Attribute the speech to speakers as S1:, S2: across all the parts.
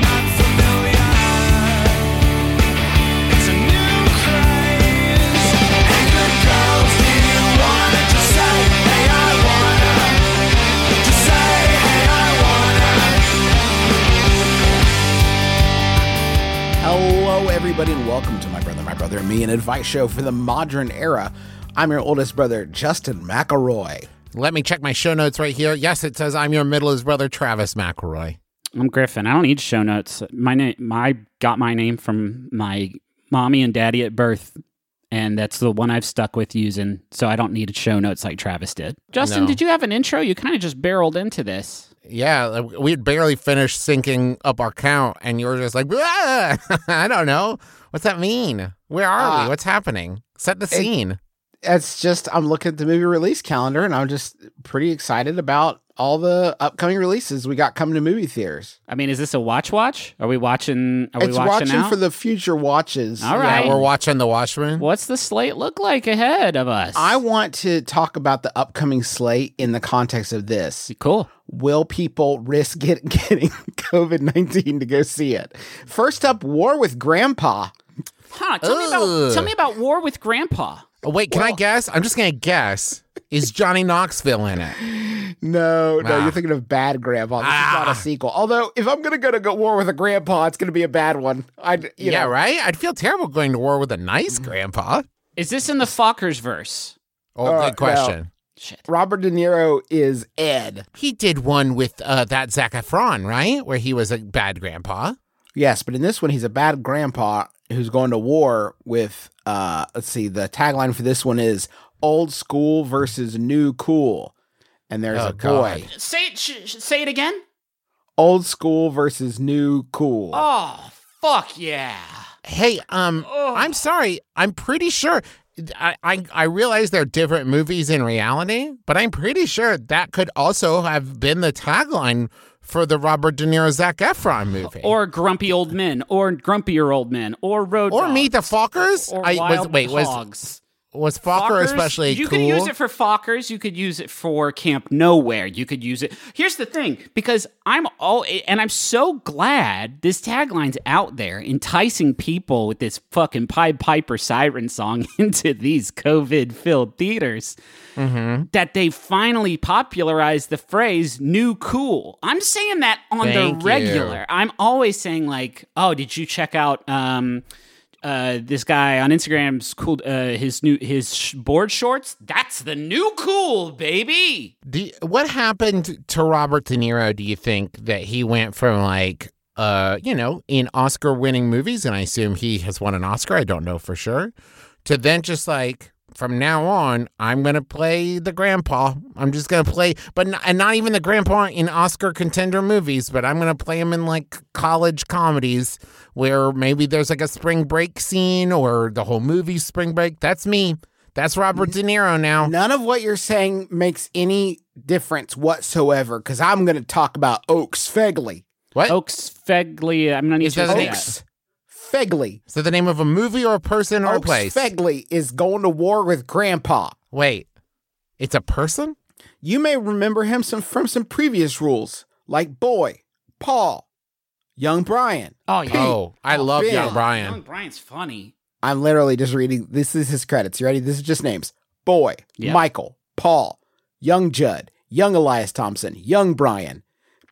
S1: not familiar. It's a new craze. Hey, good girls, do you wanna just say, hey, I wanna? Just say, hey, I wanna.
S2: Hello, everybody, and welcome to My Brother, My Brother, and Me, an advice show for the modern era. I'm your oldest brother, Justin McElroy.
S3: Let me check my show notes right here. Yes, it says I'm your middle-aged brother, Travis McElroy.
S4: I'm Griffin. I don't need show notes. My name, my got my name from my mommy and daddy at birth, and that's the one I've stuck with using. So I don't need show notes like Travis did. Justin,
S3: No.
S4: did you have an intro? You kind of just barreled into this.
S3: Yeah, like, we had barely finished syncing up our count, and you were just like, "Blah!" I don't know. What's that mean? Where are
S2: Uh,
S3: we? What's happening? Set the scene.
S2: It's just, I'm looking at the movie release calendar, and I'm just pretty excited about all the upcoming releases we got coming to movie theaters.
S4: I mean, is this a watch? Watch? Are we watching? Are
S2: It's
S4: we watching,
S2: watching
S4: out?
S2: for the future watches.
S4: All
S3: yeah,
S4: right.
S3: we're watching The Watchmen.
S4: What's the slate look like ahead of us?
S2: I want to talk about the upcoming slate in the context of this.
S4: cool.
S2: will people risk get, getting COVID 19 to go see it? First up, War with Grandpa.
S4: Huh? Tell me
S3: Ugh.
S4: about tell me about War with Grandpa.
S3: Oh, wait, can I guess? I'm just gonna guess. Is Johnny Knoxville in it?
S2: No, no,
S3: Ah.
S2: you're thinking of Bad Grandpa. This is
S3: Ah.
S2: not a sequel. Although, if I'm going to go to go War with a Grandpa, it's going to be a bad one. I, you
S3: yeah,
S2: know,
S3: right. I'd feel terrible going to war with a nice grandpa.
S4: Is this in the Fockers verse?
S3: Oh,
S2: Uh,
S3: good question.
S4: Shit.
S2: Robert De Niro is Ed.
S3: He did one with uh, that Zac Efron, right? Where he was a bad grandpa.
S2: Yes, but in this one, he's a bad grandpa who's going to war with, uh, let's see, the tagline for this one is old school versus new cool. And there's
S3: Oh,
S2: a boy.
S3: God.
S4: Say it. Sh- sh- say it again.
S2: Old school versus new cool.
S4: Oh fuck yeah.
S3: Hey, um,
S4: Ugh.
S3: I'm sorry. I'm pretty sure. I, I I realize they're different movies in reality, but I'm pretty sure that could also have been the tagline for the Robert De Niro Zac Efron movie,
S4: or grumpy old men, or grumpier old men, or road
S3: or
S4: dogs,
S3: Meet the Fockers.
S4: or
S3: I
S4: wild
S3: was wait was
S4: hogs.
S3: was Fokker
S4: Fockers,
S3: especially
S4: you
S3: cool?
S4: could use it for Fockers. You could use it for Camp Nowhere. You could use it. Here's the thing, because I'm all, and I'm so glad this tagline's out there, enticing people with this fucking Pied Piper siren song into these COVID-filled theaters. That they finally popularized the phrase "new cool." I'm saying that on
S3: Thank
S4: the
S3: you.
S4: regular. I'm always saying like, "Oh, did you check out?" Um, uh, this guy on Instagram's cool. Uh, his new his sh- board shorts. That's the new cool, baby.
S3: Do you- what happened to Robert De Niro? Do you think that he went from like, uh, you know, in Oscar-winning movies, and I assume he has won an Oscar. I don't know for sure. To then just like from now on, I'm gonna play the grandpa. I'm just gonna play, but not, and not even the grandpa in Oscar contender movies. But I'm gonna play him in like college comedies where maybe there's like a spring break scene or the whole movie spring break. That's me. That's Robert De Niro now.
S2: None of what you're saying makes any difference whatsoever because I'm going to talk about Oaks Fegley.
S3: What?
S4: Oaks Fegley. I'm not even
S3: Is
S4: sure.
S3: that an
S4: what
S3: ex-
S4: that-
S2: Oaks Fegley.
S3: Is that the name of a movie or a person or a
S2: Oaks
S3: place?
S2: Fegley is going to war with Grandpa.
S3: Wait, it's a person?
S2: You may remember him some, from some previous rules, like Boy, Paul, Young Brian.
S4: Oh yeah.
S3: Oh, I love
S2: Ben.
S3: Young
S4: Young
S3: Brian.
S4: Brian's funny.
S2: I'm literally just reading. This is his credits. You ready? This is just names. Boy,
S4: Yeah.
S2: Michael, Paul, Young Judd, Young Elias Thompson, Young Brian,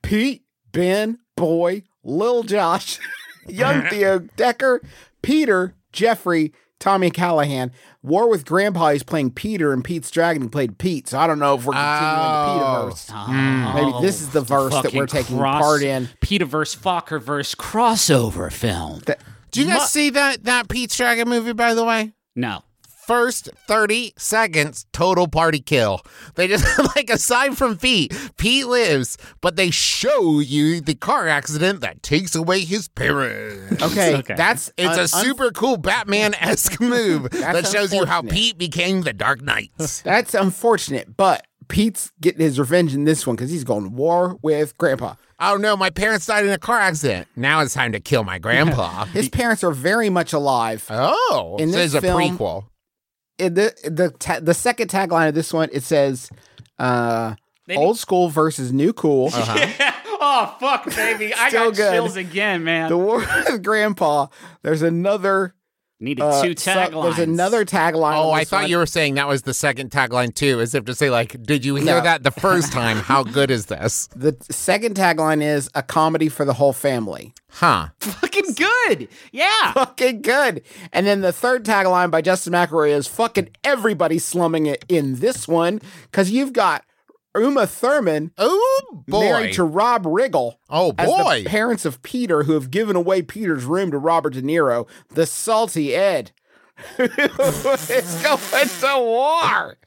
S2: Pete, Ben, Boy, Lil Josh, Young Theo Decker, Peter, Jeffrey, Tommy Callahan. War with Grandpa. He's playing Peter, and Pete's Dragon. He played Pete. So I don't know if we're continuing
S3: Oh.
S2: the Peterverse.
S4: Hmm.
S2: Maybe this
S4: Oh.
S2: is the verse that we're taking part in.
S4: Peterverse, Fockerverse crossover film.
S2: That-
S3: Do you guys see that that Pete's Dragon movie? By the way,
S4: no.
S3: first 30 seconds, total party kill. They just, like, aside from Pete, Pete lives, but they show you the car accident that takes away his parents.
S2: Okay.
S4: Okay.
S3: That's it's
S2: Un-
S3: a super cool Batman esque move that
S2: That's
S3: shows you how
S2: unfortunate.
S3: Pete became the Dark Knight.
S2: That's unfortunate, but Pete's getting his revenge in this one because he's going to war with Grandpa.
S3: oh no, my parents died in a car accident. Now it's time to kill my grandpa.
S2: His parents are very much alive.
S3: oh,
S2: In
S3: so
S2: this
S3: it's a
S2: film-
S3: prequel.
S2: In the the ta- the second tagline of this one it says, uh, "Old school versus new cool."
S3: Uh-huh.
S4: oh fuck, baby! I
S2: Still
S4: got
S2: good.
S4: chills again, man.
S2: The war with Grandpa. There's another
S4: Needed
S2: uh,
S4: two
S2: so-
S4: taglines.
S2: there's another tagline.
S3: Oh,
S2: on
S3: I
S2: this
S3: thought
S2: one.
S3: you were saying that was the second tagline too, as if to say, like, did you hear
S2: No.
S3: that the first time? How good is this?
S2: The second tagline is a comedy for the whole family.
S3: Huh.
S4: fucking good. Yeah.
S2: Fucking good. And then the third tagline by Justin McElroy is fucking everybody slumming it in this one because you've got Uma Thurman
S3: Oh boy.
S2: married to Rob Riggle.
S3: oh
S2: As
S3: boy.
S2: the parents of Peter, who have given away Peter's room to Robert De Niro, the salty Ed, is going to war.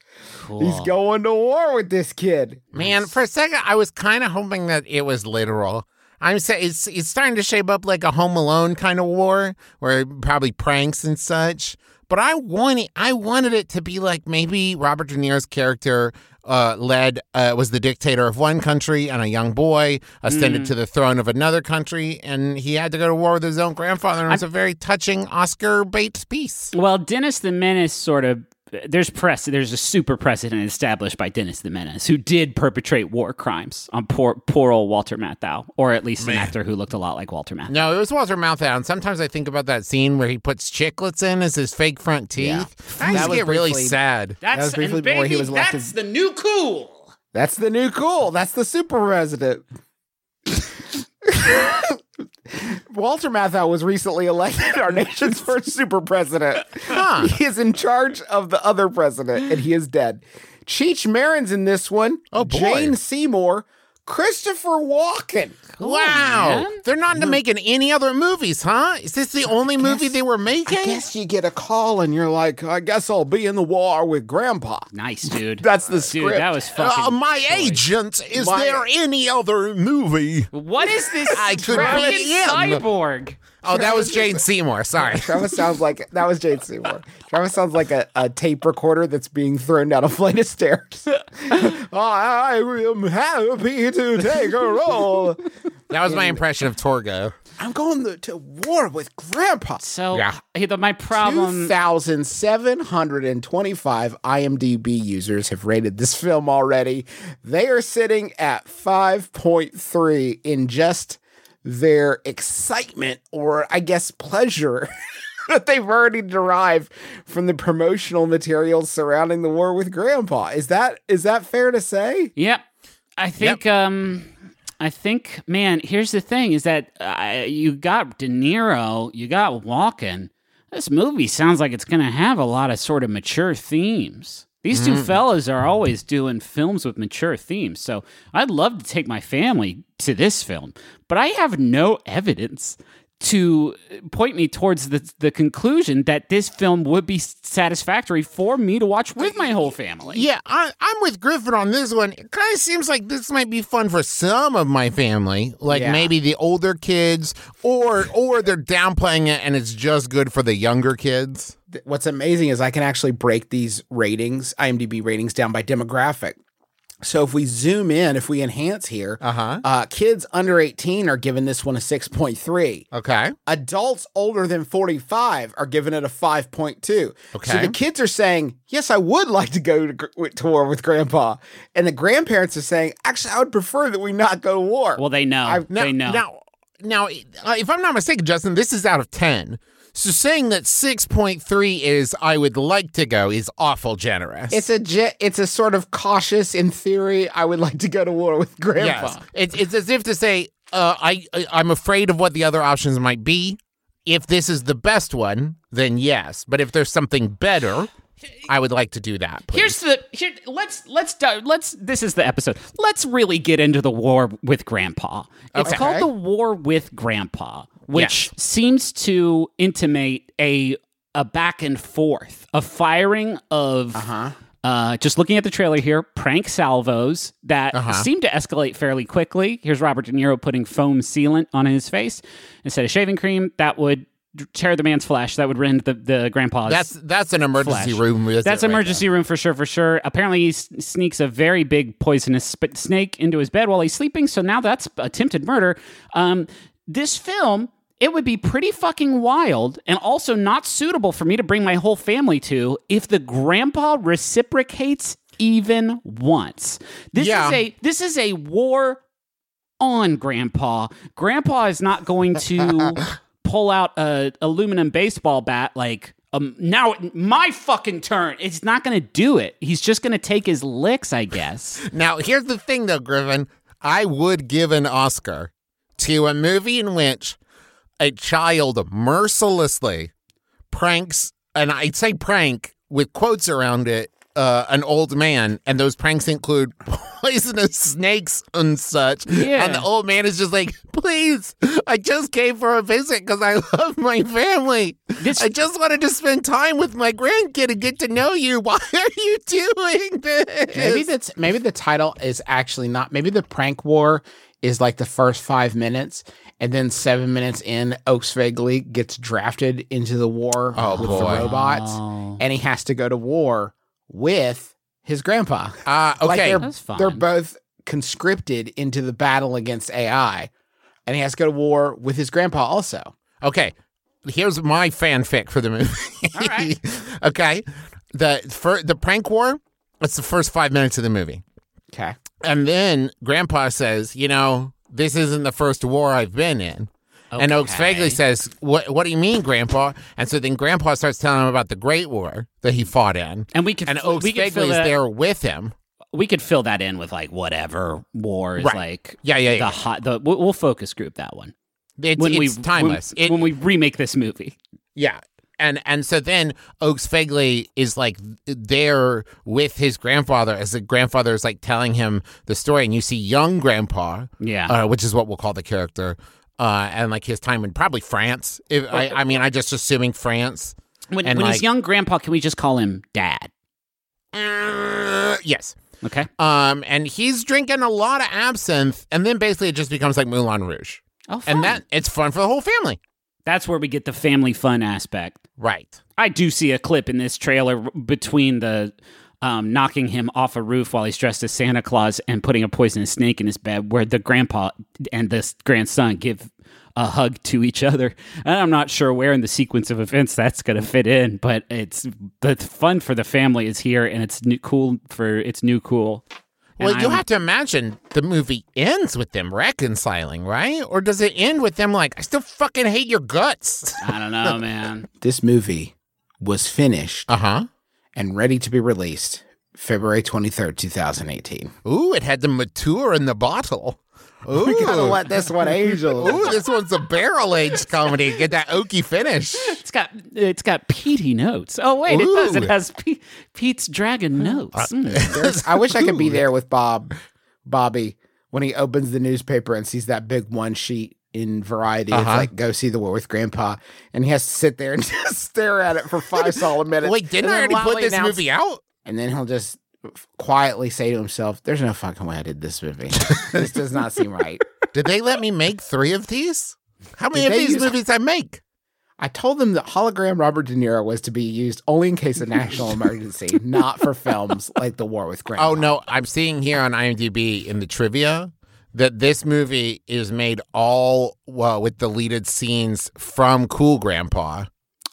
S2: He's going to war with this kid.
S3: Man, for a second, I was kind of hoping that it was literal. I'm saying it's it's starting to shape up like a Home Alone kind of war, where probably pranks and such. But I wanted I wanted it to be like maybe Robert De Niro's character uh, led uh, was the dictator of one country, and a young boy ascended to the throne of another country, and he had to go to war with his own grandfather. And it was a very touching Oscar Bates piece.
S4: Well, Dennis the Menace sort of there's press there's a super precedent established by Dennis the Menace who did perpetrate war crimes on poor poor old Walter Matthau or at least an actor who looked a lot like Walter Matthau.
S3: No, it was Walter Matthau. And sometimes I think about that scene where he puts chiclets in as his fake front teeth. I used
S2: That
S3: to
S2: was
S3: get really
S2: briefly-
S3: sad.
S4: That's
S2: was briefly
S4: and
S2: before he
S4: baby,
S2: was elected-
S4: that's the new cool.
S2: That's the new cool. That's the super president. Walter Matthau was recently elected our nation's first super president.
S3: Huh.
S2: He is in charge of the other president, and he is dead. Cheech Marin's in this one.
S3: Oh, boy.
S2: Jane Seymour, Christopher Walken.
S3: wow.
S4: man.
S3: They're not making any other movies, huh? Is this the only movie they were making?
S2: I guess you get a call and you're like, I guess I'll be in the war with Grandpa.
S4: Nice, dude.
S2: That's the
S4: dude.
S2: script. Um,
S4: That was
S3: Uh,
S4: fucking.
S3: my agent, is
S2: My-
S3: there any other movie?
S4: what is this?
S3: I could
S4: Dragon
S3: be in.
S4: cyborg.
S3: Oh, that was Jane Seymour. Sorry.
S2: Travis sounds like that was Jane Seymour. Travis sounds like a, a tape recorder that's being thrown down a flight of stairs. I am happy to take a role.
S3: That was my impression of Torgo.
S2: I'm going to, to war with Grandpa.
S4: So
S3: Yeah.
S4: hey, the- my problem.
S2: 2,725 IMDb users have rated this film already. They are sitting at 5.3 in just their excitement or, I guess, pleasure that they've already derived from the promotional materials surrounding the war with Grandpa. Is that is that fair to say?
S4: Yep. I think um I think man, here's the thing is that uh, you got De Niro, you got Walken. This movie sounds like it's going to have a lot of sort of mature themes. These two fellas are always doing films with mature themes. So I'd love to take my family to this film, but I have no evidence to point me towards the, the conclusion that this film would be satisfactory for me to watch with my whole family.
S3: Yeah, I, I'm with Griffin on this one. It kind of seems like this might be fun for some of my family, like
S2: Yeah.
S3: maybe the older kids, or or they're downplaying it and it's just good for the younger kids.
S2: th- what's amazing is I can actually break these ratings, IMDb ratings, down by demographic. So if we zoom in, if we enhance here,
S3: Uh-huh.
S2: uh, kids under 18 are giving this one a 6.3.
S3: Okay,
S2: Adults older than 45 are giving it a 5.2. So
S3: Okay.
S2: the kids are saying, yes, I would like to go to, gr- to war with grandpa. And the grandparents are saying, actually, I would prefer that we not go to war.
S4: Well, they know.
S2: I've-
S4: they know.
S3: Now, now, uh, if I'm not mistaken, Justin, this is out of ten. So saying that six point three is I would like to go is awful generous.
S2: it's a ge- it's a sort of cautious in theory. I would like to go to war with grandpa.
S3: Yes. It's, it's as if to say, uh, I, I I'm afraid of what the other options might be. If this is the best one, then yes. But if there's something better, I would like to do that. Please.
S4: Here's the here. Let's let's do- let's. This is the episode. Let's really get into the war with Grandpa. It's
S3: Okay.
S4: called the war with Grandpa, which
S3: Yes.
S4: seems to intimate a a back and forth, a firing of. Uh-huh. just looking at the trailer here, prank salvos that
S3: Uh-huh.
S4: seem to escalate fairly quickly. Here's Robert De Niro putting foam sealant on his face instead of shaving cream. That would tear the man's flesh. That would rend the, the grandpa's.
S3: That's that's an emergency
S4: Flash.
S3: room visit.
S4: That's
S3: right
S4: emergency room for sure, for sure. Apparently, he s- sneaks a very big poisonous sp- snake into his bed while he's sleeping. So now that's attempted murder. Um, this film, it would be pretty fucking wild and also not suitable for me to bring my whole family to if the grandpa reciprocates even once. This
S3: Yeah.
S4: is a this is a war on grandpa grandpa is not going to pull out a aluminum baseball bat like um, now it- my fucking turn it's not going to do it he's just going to take his licks i guess
S3: there. Now here's the thing though, Griffin. I would give an Oscar to a movie in which a child mercilessly pranks and I'd say prank with quotes around it, uh, an old man, and those pranks include poisonous snakes and such.
S4: Yeah.
S3: And the old man is just like, please, I just came for a visit because I love my family.
S4: This-
S3: I just wanted to spend time with my grandkid and get to know you. Why are you doing this?
S2: Maybe that's maybe the title is actually not. Maybe the prank war is like the first five minutes, and then seven minutes in, Oaksvegley gets drafted into the war
S3: Oh,
S2: with
S3: boy.
S2: the robots,
S4: Oh.
S2: and he has to go to war with his grandpa.
S3: Ah,
S2: Like,
S3: okay.
S2: they're-
S4: That's fine.
S2: They're both conscripted into the battle against AI, and he has to go to war with his grandpa also.
S3: Okay. Here's my fanfic for the movie.
S4: All right.
S3: okay. The for the prank war, that's the first five minutes of the movie.
S2: Okay.
S3: And then grandpa says, you know, this isn't the first war I've been in. And Oaks
S4: Okay.
S3: Fagley says, what, what do you mean, Grandpa? And so then Grandpa starts telling him about the Great War that he fought in.
S4: and we could
S3: And
S4: fi-
S3: Oaks
S4: we could
S3: Fagley
S4: fill
S3: is
S4: that,
S3: there with him.
S4: we could fill that in with like whatever war is
S3: Right.
S4: like
S3: Yeah, yeah, yeah.
S4: the hot the we'll, we'll focus group that one
S3: It's, it's timeless.
S4: when,
S3: It-
S4: when we remake this movie
S3: Yeah. And and so then Oaks Fegley is like there with his grandfather as the grandfather is like telling him the story, and you see young grandpa,
S4: Yeah.
S3: uh, which is what we'll call the character, uh, and like his time in probably France. If, I, I mean, I just assuming France.
S4: when,
S3: And,
S4: when
S3: like-
S4: his young grandpa can we just call him dad
S3: Uh, yes.
S4: okay
S3: Um, and he's drinking a lot of absinthe, and then basically it just becomes like Moulin Rouge,
S4: oh
S3: and
S4: fun.
S3: that it's fun for the whole family,
S4: that's where we get the family fun aspect
S3: right?
S4: I do see a clip in this trailer between the um, knocking him off a roof while he's dressed as Santa Claus and putting a poisonous snake in his bed, where the grandpa and the grandson give a hug to each other. And I'm not sure where in the sequence of events that's going to fit in, but it's the fun for the family is here, and it's new, cool for it's new cool. And
S3: Well, you
S4: I'm-
S3: have to imagine the movie ends with them reconciling, right? Or does it end with them like, I still fucking hate your guts?
S4: I don't know, man.
S2: This movie was finished
S3: Uh huh.
S2: and ready to be released February 23rd, 2018.
S3: Ooh, it had to mature in the bottle. Ooh,
S2: this one age a little.
S3: Ooh, this one's a barrel aged comedy. Get that oaky finish.
S4: It's got it's got peaty notes. Oh wait, it does.
S3: Ooh.
S4: It has Pe- Pete's dragon notes. Mm.
S2: There's- I wish I could be there with Bob, Bobby, when he opens the newspaper and sees that big one sheet in Variety.
S3: Uh-huh.
S2: It's like go see the war with Grandpa, and he has to sit there and just stare at it for five solid minutes.
S3: Wait,
S2: and
S3: didn't I
S2: then
S3: already put
S2: loudly
S3: this
S2: announce-
S3: movie out?
S2: And then he'll just quietly say to himself, "There's no fucking way I did this movie. this does not seem right."
S3: Did they let me make three of these? How many
S2: Did
S3: of
S2: they
S3: these
S2: use-
S3: movies I make?
S2: I told them that hologram Robert De Niro was to be used only in case of national emergency, not for films like The War with Grandpa.
S3: Oh no, I'm seeing here on IMDb in the trivia that this movie is made all well, with deleted scenes from Cool Grandpa,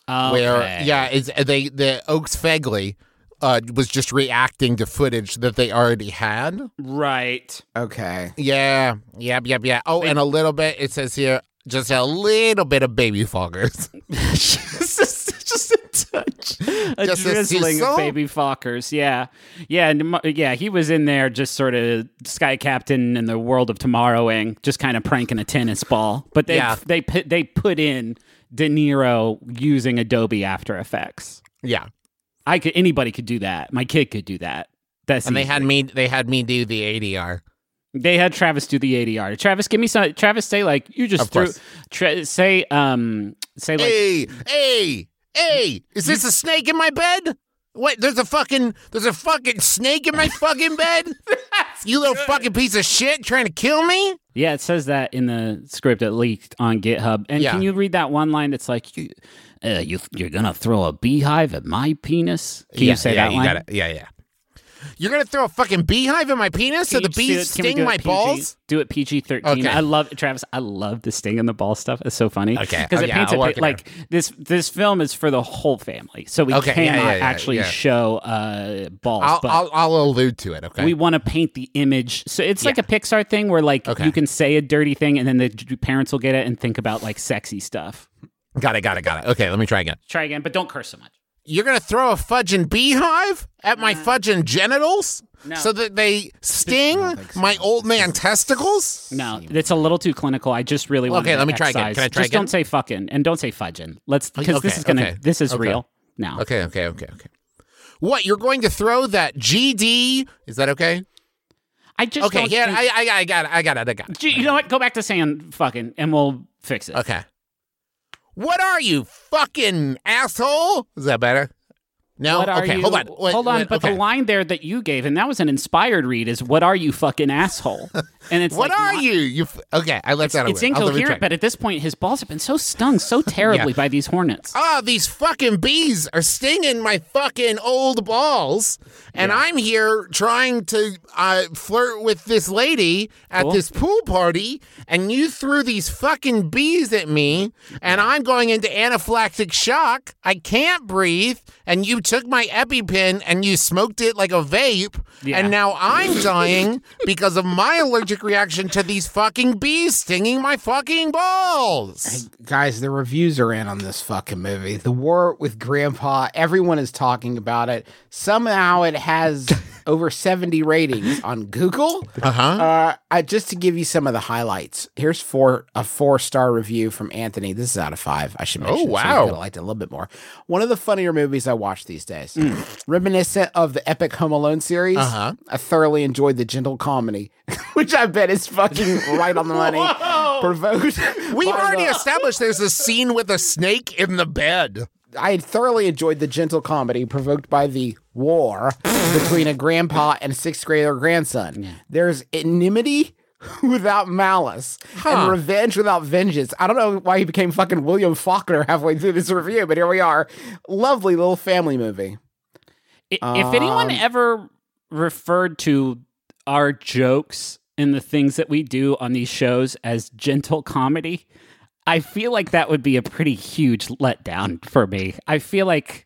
S3: where
S4: Okay.
S3: yeah, it's uh, they the Oaks Fegley uh, was just reacting to footage that they already had.
S4: right.
S2: Okay.
S3: Yeah, yep, yep, yeah. Oh, and a little bit. It says here just a little bit of baby foggers.
S4: just, just a touch, a
S3: Just a
S4: drizzling
S3: sizzle?
S4: of baby Fockers. Yeah, yeah, and, mo- yeah. He was in there, just sort of sky captain in the world of tomorrowing, just kind of pranking a tennis ball. But they
S3: Yeah.
S4: they put they put in De Niro using Adobe After Effects.
S3: yeah,
S4: I could anybody could do that. My kid could do that. That's
S3: and they
S4: easy.
S3: had me. They had me do the ADR.
S4: They had Travis do the ADR. Travis, give me some. Travis, say like you just
S3: Of
S4: threw.
S3: course.
S4: Tra- say um. Say like
S3: hey, hey, Hey, is this a snake in my bed? What? There's a fucking there's a fucking snake in my fucking bed. you little fucking piece of shit trying to kill me.
S4: Yeah, it says that in the script that leaked on GitHub. And
S3: Yeah.
S4: can you read that one line that's like, you, uh, you, you're going to throw a beehive at my penis? Can you say
S3: yeah,
S4: that
S3: you
S4: line?
S3: gotta- yeah, yeah. You're gonna throw a fucking beehive in my penis so
S4: Can
S3: the
S4: you do
S3: bees
S4: it- can we do
S3: sting
S4: it
S3: my
S4: PG?
S3: balls?
S4: Do it PG thirteen.
S3: Okay.
S4: I love Travis. I love the sting and the ball stuff. It's so funny.
S3: Okay.
S4: because
S3: Oh,
S4: it
S3: yeah,
S4: paints
S3: I'll
S4: a
S3: work
S4: pic-
S3: it
S4: like this. This film is for the whole family, so we
S3: Okay, yeah, yeah,
S4: cannot
S3: yeah,
S4: actually
S3: yeah.
S4: show uh, balls.
S3: I'll,
S4: but
S3: I'll I'll allude to it. Okay.
S4: we want to paint the image. So it's like a Pixar thing where like
S3: Okay.
S4: you can say a dirty thing and then the d- parents will get it and think about like sexy stuff.
S3: got it. Got it. Got it. Okay. Let me try again.
S4: Try again, but don't curse so much.
S3: You're gonna throw a fudging beehive at my fudging genitals so that they sting my old man testicles?
S4: No, it's a little too clinical. I just really want.
S3: Okay, let me try again. Can I try
S4: Just
S3: again? Oh,
S4: don't say fucking and don't say fudging. Let's because
S3: Okay,
S4: this is gonna
S3: okay,
S4: this is
S3: okay.
S4: real now.
S3: Okay, okay, okay, okay. What you're going to throw that GD? Is that okay?
S4: I just
S3: Okay,
S4: don't
S3: yeah,
S4: think-
S3: I, I, I got it, I got it, I got it.
S4: Gee, you know what? Go back to saying fucking, and we'll fix it.
S3: Okay. What are you, fucking asshole? Is that better? No.
S4: What are
S3: Oh, okay,
S4: you?
S3: hold on, Wait,
S4: hold on.
S3: wait,
S4: but
S3: okay.
S4: the line there that you gave, and that was an inspired read, is "What are you, fucking asshole?" And it's
S3: What
S4: like,
S3: are
S4: not-
S3: you? You f- okay? I left that.
S4: It's
S3: away. I'll
S4: incoherent,
S3: retract.
S4: but at this point, his balls have been so stung so terribly by these hornets.
S3: oh, these fucking bees are stinging my fucking old balls, and I'm here trying to uh, flirt with this lady at this pool party, and you threw these fucking bees at me, and I'm going into anaphylactic shock. I can't breathe, and you took my EpiPen and you smoked it like a vape,
S4: Yeah.
S3: and now I'm dying because of my allergic reaction to these fucking bees stinging my fucking balls.
S2: Guys, the reviews are in on this fucking movie. The war with Grandpa, everyone is talking about it. Somehow it has over 70 ratings on Google.
S3: Uh-huh.
S2: Uh, I, just to give you some of the highlights, here's four a four star review from Anthony. This is out of five. I should mention. so he's
S3: Oh, wow.
S2: gonna liked it a little bit more. One of the funnier movies I watch these days, reminiscent of the epic Home Alone series.
S3: Mm. Uh-huh.
S2: I thoroughly enjoyed the gentle comedy, which I bet is fucking right on the money. Provoked.
S3: We've
S2: by
S3: already
S2: the-
S3: established there's a scene with a snake in the bed.
S2: I had thoroughly enjoyed the gentle comedy provoked by the war between a grandpa and a sixth grader grandson. There's enmity without malice
S3: Huh.
S2: and revenge without vengeance. I don't know why he became fucking William Faulkner halfway through this review, but here we are. Lovely little family movie.
S4: I- if anyone ever referred to our jokes and the things that we do on these shows as gentle comedy, I feel like that would be a pretty huge letdown for me. I feel like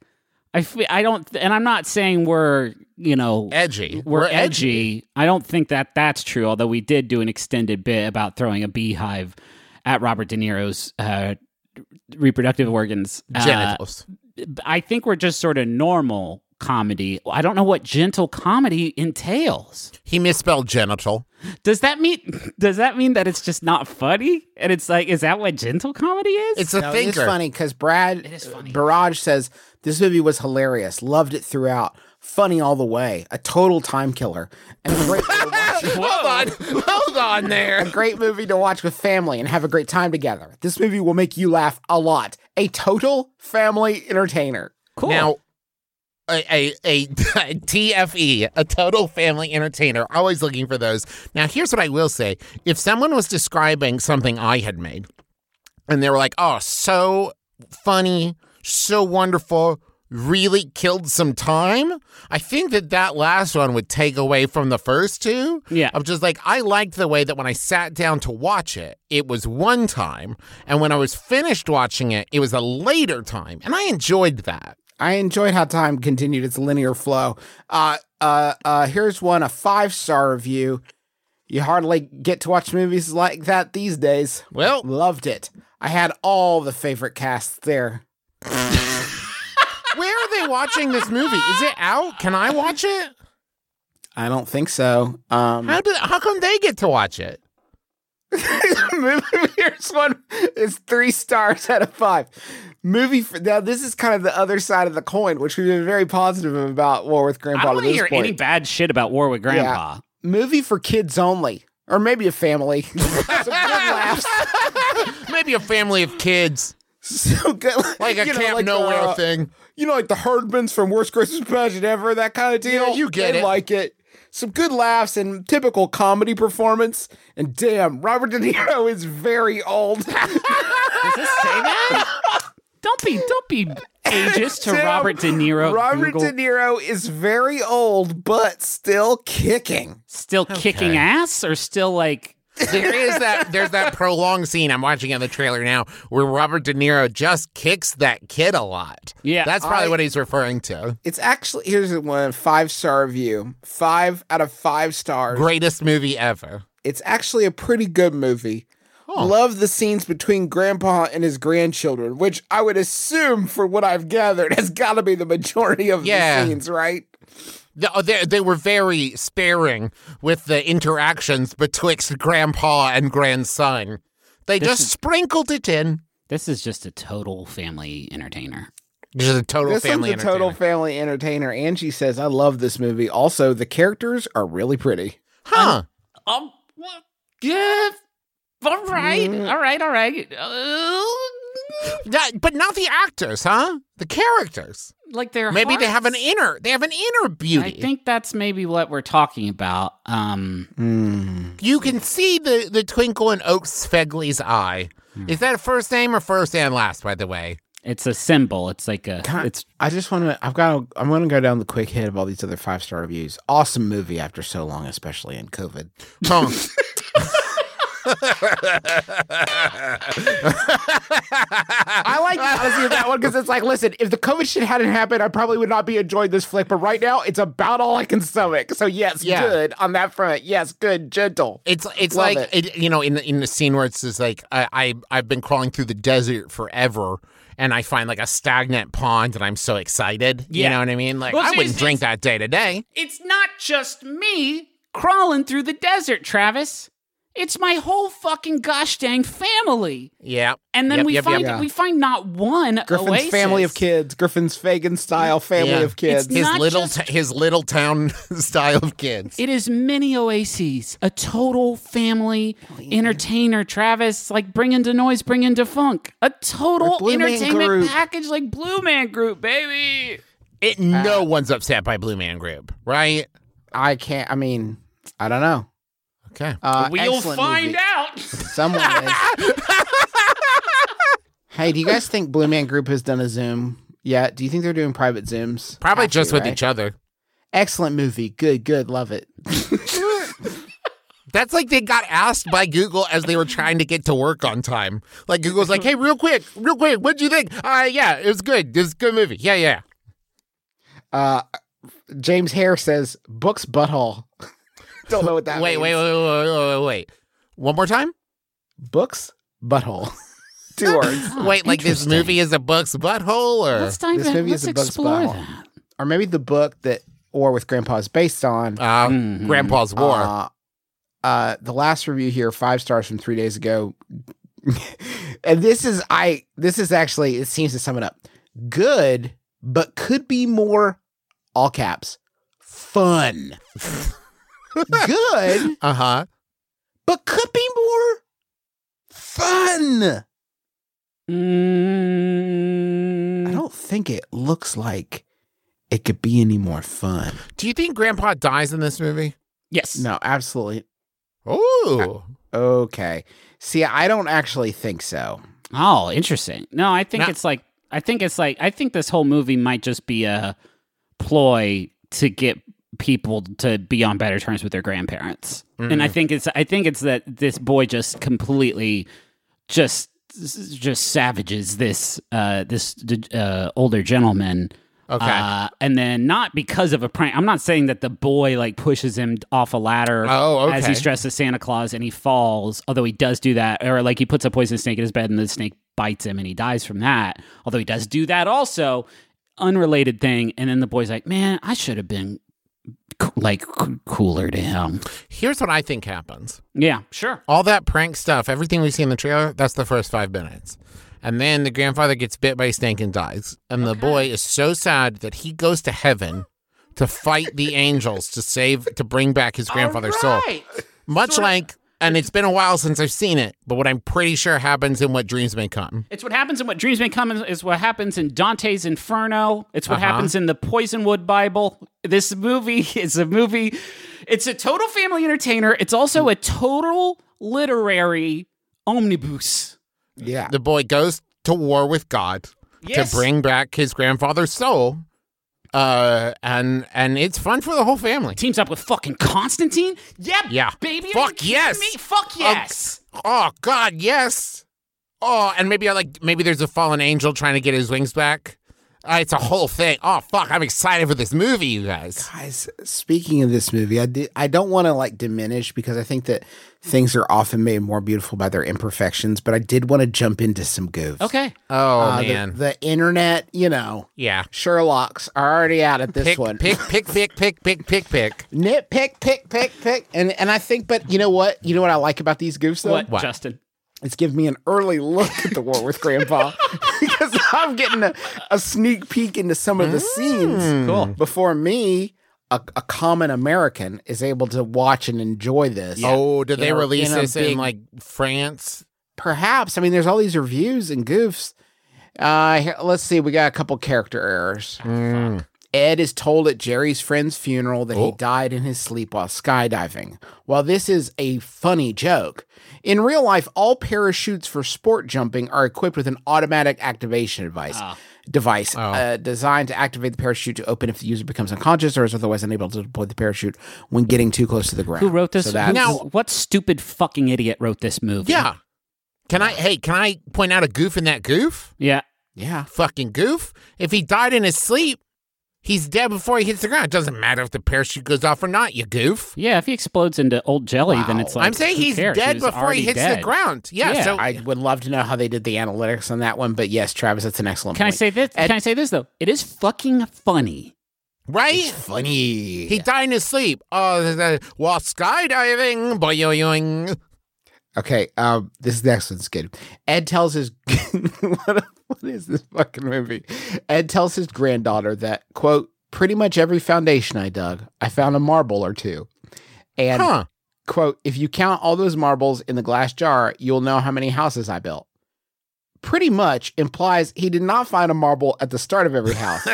S4: I feel I don't, and I'm not saying we're you know
S3: Edgy.
S4: we're, edgy. I don't think that that's true. Although we did do an extended bit about throwing a beehive at Robert De Niro's uh, reproductive organs, uh,
S3: Genitals.
S4: I think we're just sort of normal comedy. I don't know what gentle comedy entails.
S3: he misspelled genital.
S4: Does that mean does that mean that it's just not funny? And it's like, is that what gentle comedy is?
S3: It's a
S2: No,
S3: thinker.
S2: It's funny because Brad Barrage says this movie was hilarious. Loved it throughout. Funny all the way. A total time killer. And a great way to watch it.
S3: hold on. Hold on there.
S2: great movie to watch with family and have a great time together. This movie will make you laugh a lot. A total family entertainer.
S4: cool.
S3: Now, a, a, a TFE, a total family entertainer, always looking for those. Now, here's what I will say if someone was describing something I had made and they were like, oh, so funny, so wonderful, really killed some time, I think that that last one would take away from the first two.
S4: Yeah.
S3: I'm just like, I liked the way that when I sat down to watch it, it was one time. And when I was finished watching it, it was a later time. And I enjoyed that.
S2: I enjoyed how time continued its linear flow. Uh, uh, uh, here's one a five star review. You hardly get to watch movies like that these days.
S3: Well-
S2: loved it. I had all the favorite casts there.
S3: Where are they watching this movie? Is it out? Can I watch it?
S2: I don't think so. Um,
S3: How do? How come they get to watch it?
S2: Here's one. It's three stars out of five. Movie. f- Now this is kind of the other side of the coin, which we've been very positive about War with
S4: I
S2: Grandpa.
S4: don't
S2: to
S4: want to
S2: this
S4: hear
S2: point.
S4: any bad shit about War with Grandpa.
S2: Movie for kids only, or maybe a family. Some good laughs.
S3: Maybe a family of kids.
S2: so good.
S3: Like a
S2: you know,
S3: Camp Nowhere
S2: uh,
S3: thing.
S2: You know, like the Herdmans from Worst Christmas Pageant Ever, that kind of deal.
S3: Yeah, you get
S2: They
S3: it.
S2: like it. Some good laughs and typical comedy performance. And damn, Robert De Niro is very old.
S4: Does this say that? don't be don't be ageist to
S2: Damn,
S4: Robert De Niro.
S2: Robert
S4: Google.
S2: De Niro is very old, but still kicking.
S4: still kicking ass or still like
S3: there is that there's that prolonged scene I'm watching on the trailer now where Robert De Niro just kicks that kid a lot.
S4: Yeah,
S3: That's probably
S2: I-
S3: what he's referring to.
S2: It's actually here's one five star review. Five out of five stars.
S3: Greatest movie ever.
S2: It's actually a pretty good movie. Love the scenes between Grandpa and his grandchildren, which I would assume, for what I've gathered, has got to be the majority of
S3: Yeah.
S2: the scenes, right?
S3: The- oh, They, they were very sparing with the interactions betwixt grandpa and grandson. They just sprinkled it in.
S4: this is just a total family entertainer.
S3: Just a total
S2: This one's
S3: family
S2: a total
S3: entertainment.
S2: family entertainer. Angie says, "I love this movie. Also, the characters are really pretty."
S3: huh.
S4: Um, what? yeah. All right,
S2: Mm.
S4: all right, all right. Uh,
S3: That- but not the actors, huh? The characters.
S4: like they're
S3: Maybe they have an
S4: hearts.
S3: inner. They have an inner beauty.
S4: I think that's maybe what we're talking about. Um,
S2: Hmm.
S3: You can see the, the twinkle in Oak Svegley's eye.
S4: Hmm.
S3: Is that a first name or first and last, by the way?
S4: it's a symbol. It's like a. It's
S2: I just want to. I've got. I'm going to go down the quick hit of all these other five star reviews. Awesome movie after so long, especially in COVID.
S3: Huh.
S2: I like the honesty of that one because it's like, listen, if the COVID shit hadn't happened, I probably would not be enjoying this flick. But right now, it's about all I can stomach. So yes,
S3: Yeah.
S2: good on that front. Yes, good, gentle.
S3: It's it's
S2: Love
S3: like it. you know in the, in the scene where it's just like I, I I've been crawling through the desert forever and I find like a stagnant pond and I'm so excited. You
S4: Yeah.
S3: know what I mean? Like
S4: Well,
S3: I
S4: see,
S3: wouldn't
S4: it's-
S3: drink that day to day.
S4: it's not just me crawling through the desert, Travis. It's my whole fucking gosh dang family.
S3: Yeah.
S4: And then
S3: Yep,
S4: we
S3: yep,
S4: find
S3: yep.
S4: we find not one
S2: Griffin's
S4: oasis.
S2: family of kids. Griffin's Fagin style family
S3: Yeah.
S2: of kids.
S4: It's
S3: his
S4: not
S3: little
S4: just-
S3: t- his little town style of kids.
S4: It is many oases, a total family
S2: Oh,
S4: entertainer. Travis, like bringing to noise, bringing to funk, a total
S2: Like Blue Man
S4: entertainment
S2: Group.
S4: package like Blue Man Group, baby.
S3: It no one's upset by Blue Man Group, right?
S2: I can't. I mean, I don't know.
S3: Okay.
S2: Uh,
S4: We'll
S2: excellent
S4: find
S2: movie.
S4: out.
S2: Someone is. hey, do you guys think Blue Man Group has done a Zoom yet? Do you think they're doing private Zooms?
S3: Probably just with
S2: each other.
S3: each other.
S2: Excellent movie. Good, good. Love it.
S3: That's like they got asked by Google as they were trying to get to work on time. Like Google's like, "Hey, real quick, real quick, what'd you think?" Uh, yeah, it was good. It was a good movie. Yeah, yeah.
S2: Uh, James Hare says, Book's butthole. Don't know what that
S3: Wait,
S2: means.
S3: wait, wait, wait, wait, wait, wait. One more time.
S2: Book's butthole. Two words.
S4: Hmm,
S3: wait, like this movie is a book's butthole, or
S4: Let's dive
S2: This
S4: in.
S2: movie
S4: Let's
S2: is a Bugs
S4: explore
S2: Bunny.
S4: that.
S2: Or maybe the book that War with Grandpa is based on.
S3: uh, Grandpa's War.
S2: Uh, uh, the last review here, five stars from three days ago. and this is I this is actually it seems to sum it up. Good, but could be more all caps. Fun. Good,
S3: Uh huh.
S2: but could be more fun. I
S4: Mm,
S2: don't think it looks like it could be any more fun.
S3: Do you think Grandpa dies in this movie?
S4: yes.
S2: No, absolutely.
S3: Oh,
S2: Okay. See, I don't actually think so.
S4: Oh, interesting. No, I think
S3: No.
S4: it's like I think it's like I think this whole movie might just be a ploy to get people to be on better terms with their grandparents. And
S2: Mm.
S4: I think it's I think it's that this boy just completely just just savages this uh this uh older gentleman.
S3: Okay.
S4: Uh, and then not because of a prank. I'm not saying that the boy like pushes him off a ladder
S3: Oh,
S4: as
S3: okay.
S4: he's dressed as Santa Claus and he falls, although he does do that, or like he puts a poison snake in his bed and the snake bites him and he dies from that. Although he does do that also, unrelated thing. And then the boy's like, man, I should have been co- like c- cooler to him.
S3: here's what I think happens.
S4: Yeah, sure.
S3: all that prank stuff, everything we see in the trailer, that's the first five minutes. And then the grandfather gets bit by a snake and dies. And the boy is so sad that he goes to heaven to fight the angels to save, to bring back his grandfather's soul. Much like and it's been a while since I've seen it, but what I'm pretty sure happens in What Dreams May Come.
S4: It's what happens in what dreams may come is what happens in Dante's Inferno. It's
S3: Uh-huh.
S4: what happens in the Poisonwood Bible. This movie is a movie. It's a total family entertainer. It's also a total literary omnibus.
S2: Yeah.
S3: The boy goes to war with God
S4: Yes.
S3: to bring back his grandfather's soul. Uh, and and it's fun for the whole family.
S4: Teams up with fucking Constantine. Yep.
S3: Yeah.
S4: Baby. are
S3: Fuck
S4: you kidding
S3: yes.
S4: Me? Fuck
S3: Um,
S4: yes.
S3: Oh God, yes. Oh, and maybe I like maybe there's a fallen angel trying to get his wings back. Uh, it's a whole thing. Oh fuck, I'm excited for this movie, you guys.
S2: Guys, speaking of this movie, I di- I don't want to like diminish because I think that things are often made more beautiful by their imperfections, but I did want to jump into some goofs.
S4: okay.
S3: Oh
S2: Uh, the-
S3: man,
S2: The, internet, you know,
S3: yeah.
S2: Sherlock's are already out at this
S3: Pick,
S2: one.
S3: pick, pick, pick, pick, pick, pick, pick.
S2: Nitpick, pick, pick, pick. And and I think, but you know what? You know what I like about these goofs though?
S4: What,
S3: what?
S4: Justin?
S2: It's giving me an early look at the war with Grandpa because I'm getting a, a sneak peek into some
S3: Mm,
S2: of the scenes
S4: Cool.
S2: before me. A, a common American is able to watch and enjoy this.
S3: Oh, did
S2: You
S3: they
S2: know,
S3: release
S2: in a
S3: this in
S2: big-
S3: like France?
S2: perhaps. I mean, there's all these reviews and goofs. Uh, here- let's see. We got a couple character errors. Mm. Ed is told at Jerry's friend's funeral that he died in his sleep while skydiving. While this is a funny joke, in real life, all parachutes for sport jumping are equipped with an automatic activation device. Device uh, designed to activate the parachute to open if the user becomes unconscious or is otherwise unable to deploy the parachute when getting too close to the ground.
S4: Who wrote this?
S2: So that's-
S4: now, what stupid fucking idiot wrote this movie?
S3: Yeah. Can I? Hey, can I point out a goof in that goof?
S4: Yeah.
S2: yeah.
S3: Fucking goof! If he died in his sleep, he's dead before he hits the ground. It doesn't matter if the parachute goes off or not. You goof.
S4: Yeah, if he explodes into old jelly, then
S2: Wow.
S4: it's like
S3: I'm saying
S4: who
S3: he's
S4: cares?
S3: dead
S4: was
S3: before
S4: already
S3: he hits
S4: dead.
S3: the ground. Yeah.
S4: Yeah.
S3: so
S2: I would love to know how they did the analytics on that one, but yes, Travis, that's an excellent.
S4: Can I
S2: point.
S4: say this?
S2: Ed-
S4: Can I say this though? It is fucking funny.
S3: right,
S2: funny?
S3: he died in his sleep. Oh, th- th- while skydiving, boing.
S2: okay, um, this next one's good. Ed tells his what, what is this fucking movie? Ed tells his granddaughter that quote pretty much every foundation I dug, I found a marble or two, and
S3: Huh?
S2: quote if you count all those marbles in the glass jar, you'll know how many houses I built. Pretty much implies he did not find a marble at the start of every house.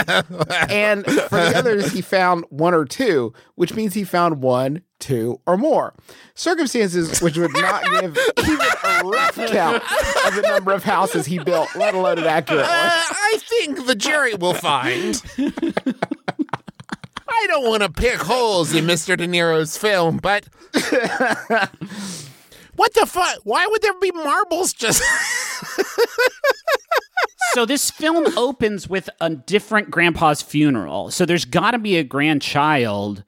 S2: and for the others, he found one or two, which means he found one, two, or more. Circumstances which would not give even a rough count of the number of houses he built, let alone an accurate
S3: Uh,
S2: one.
S3: I think the jury will find. I don't want to pick holes in Mr. De Niro's film, but what the fuck? Why would there be marbles? Just
S4: So this film opens with a different grandpa's funeral. So there's got to be a grandchild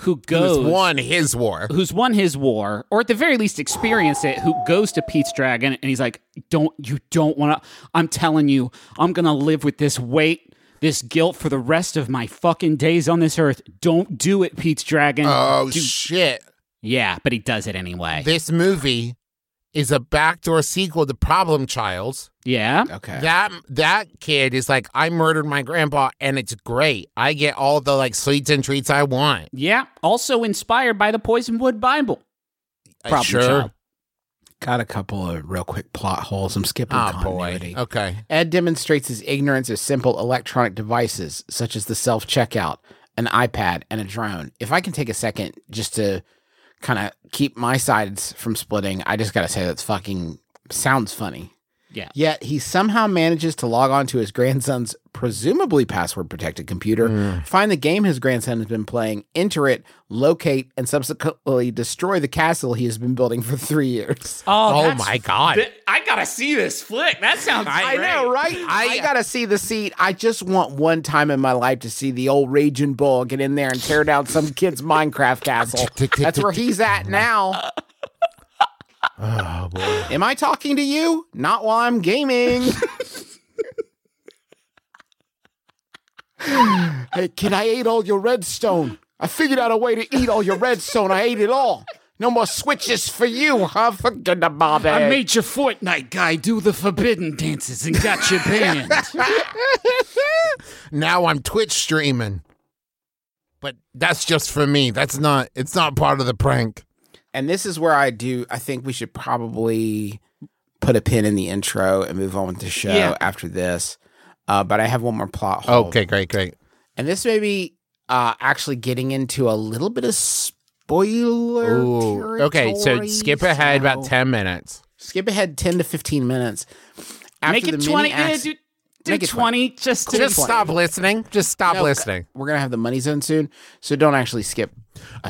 S4: who goes
S3: Who's won his war?
S4: who's won his war, or at the very least experienced it, who goes to Pete's Dragon and he's like, Don't you don't wanna I'm telling you, I'm gonna live with this weight, this guilt for the rest of my fucking days on this earth. Don't do it, Pete's Dragon.
S3: Oh
S4: Do-
S3: shit!
S4: yeah, but he does it anyway.
S3: This movie is a backdoor sequel to Problem Child.
S4: yeah.
S2: Okay.
S3: That that kid is like, I murdered my grandpa, and it's great. I get all the like sweets and treats I want.
S4: Yeah. Also inspired by the Poisonwood Bible.
S3: Uh,
S4: Problem
S3: sure.
S4: child.
S2: Got a couple of real quick plot holes. I'm skipping
S3: Oh boy. Okay.
S2: Ed demonstrates his ignorance of simple electronic devices such as the self checkout, an iPad, and a drone. If I can take a second just to kind of keep my sides from splitting, I just got to say that's fucking sounds funny.
S4: Yeah.
S2: Yet he somehow manages to log on to his grandson's presumably password protected computer, find the game his grandson has been playing, enter it, locate, and subsequently destroy the castle he has been building for three years.
S3: Oh,
S4: that's-
S3: my god.
S4: th- I gotta see this flick. That sounds.
S3: I-
S2: I
S4: great.
S2: know, right? I,
S3: I-
S2: gotta see the seat. I just want one time in my life to see the old raging bull get in there and tear down some kid's Minecraft castle. That's where he's at now.
S3: oh boy.
S2: Am I talking to you? Not while I'm gaming. hey, kid, I ate all your redstone. I figured out a way to eat all your redstone. I ate it all. No more switches for you, huh? Forget about it.
S4: I made your Fortnite guy do the forbidden dances and got you banned.
S3: Now I'm Twitch streaming. But that's just for me. That's not. It's not part of the prank.
S2: And this is where I do. I think we should probably put a pin in the intro and move on with the show
S4: Yeah.
S2: after this. Uh, but I have one more plot hole.
S3: Okay, great, great.
S2: And this may be uh, actually getting into a little bit of spoiler.
S3: Ooh. Okay, so
S2: territory,
S3: skip ahead about
S2: so-
S3: 10 minutes.
S2: Skip ahead ten to fifteen minutes. After
S4: Make it
S2: the mini
S4: 20. yeah,
S2: acc-
S4: do do
S2: Make it
S4: 20 just to.
S3: Just
S2: point.
S3: stop listening. Just stop
S2: No,
S3: listening.
S2: We're gonna have the money zone soon, so don't actually skip.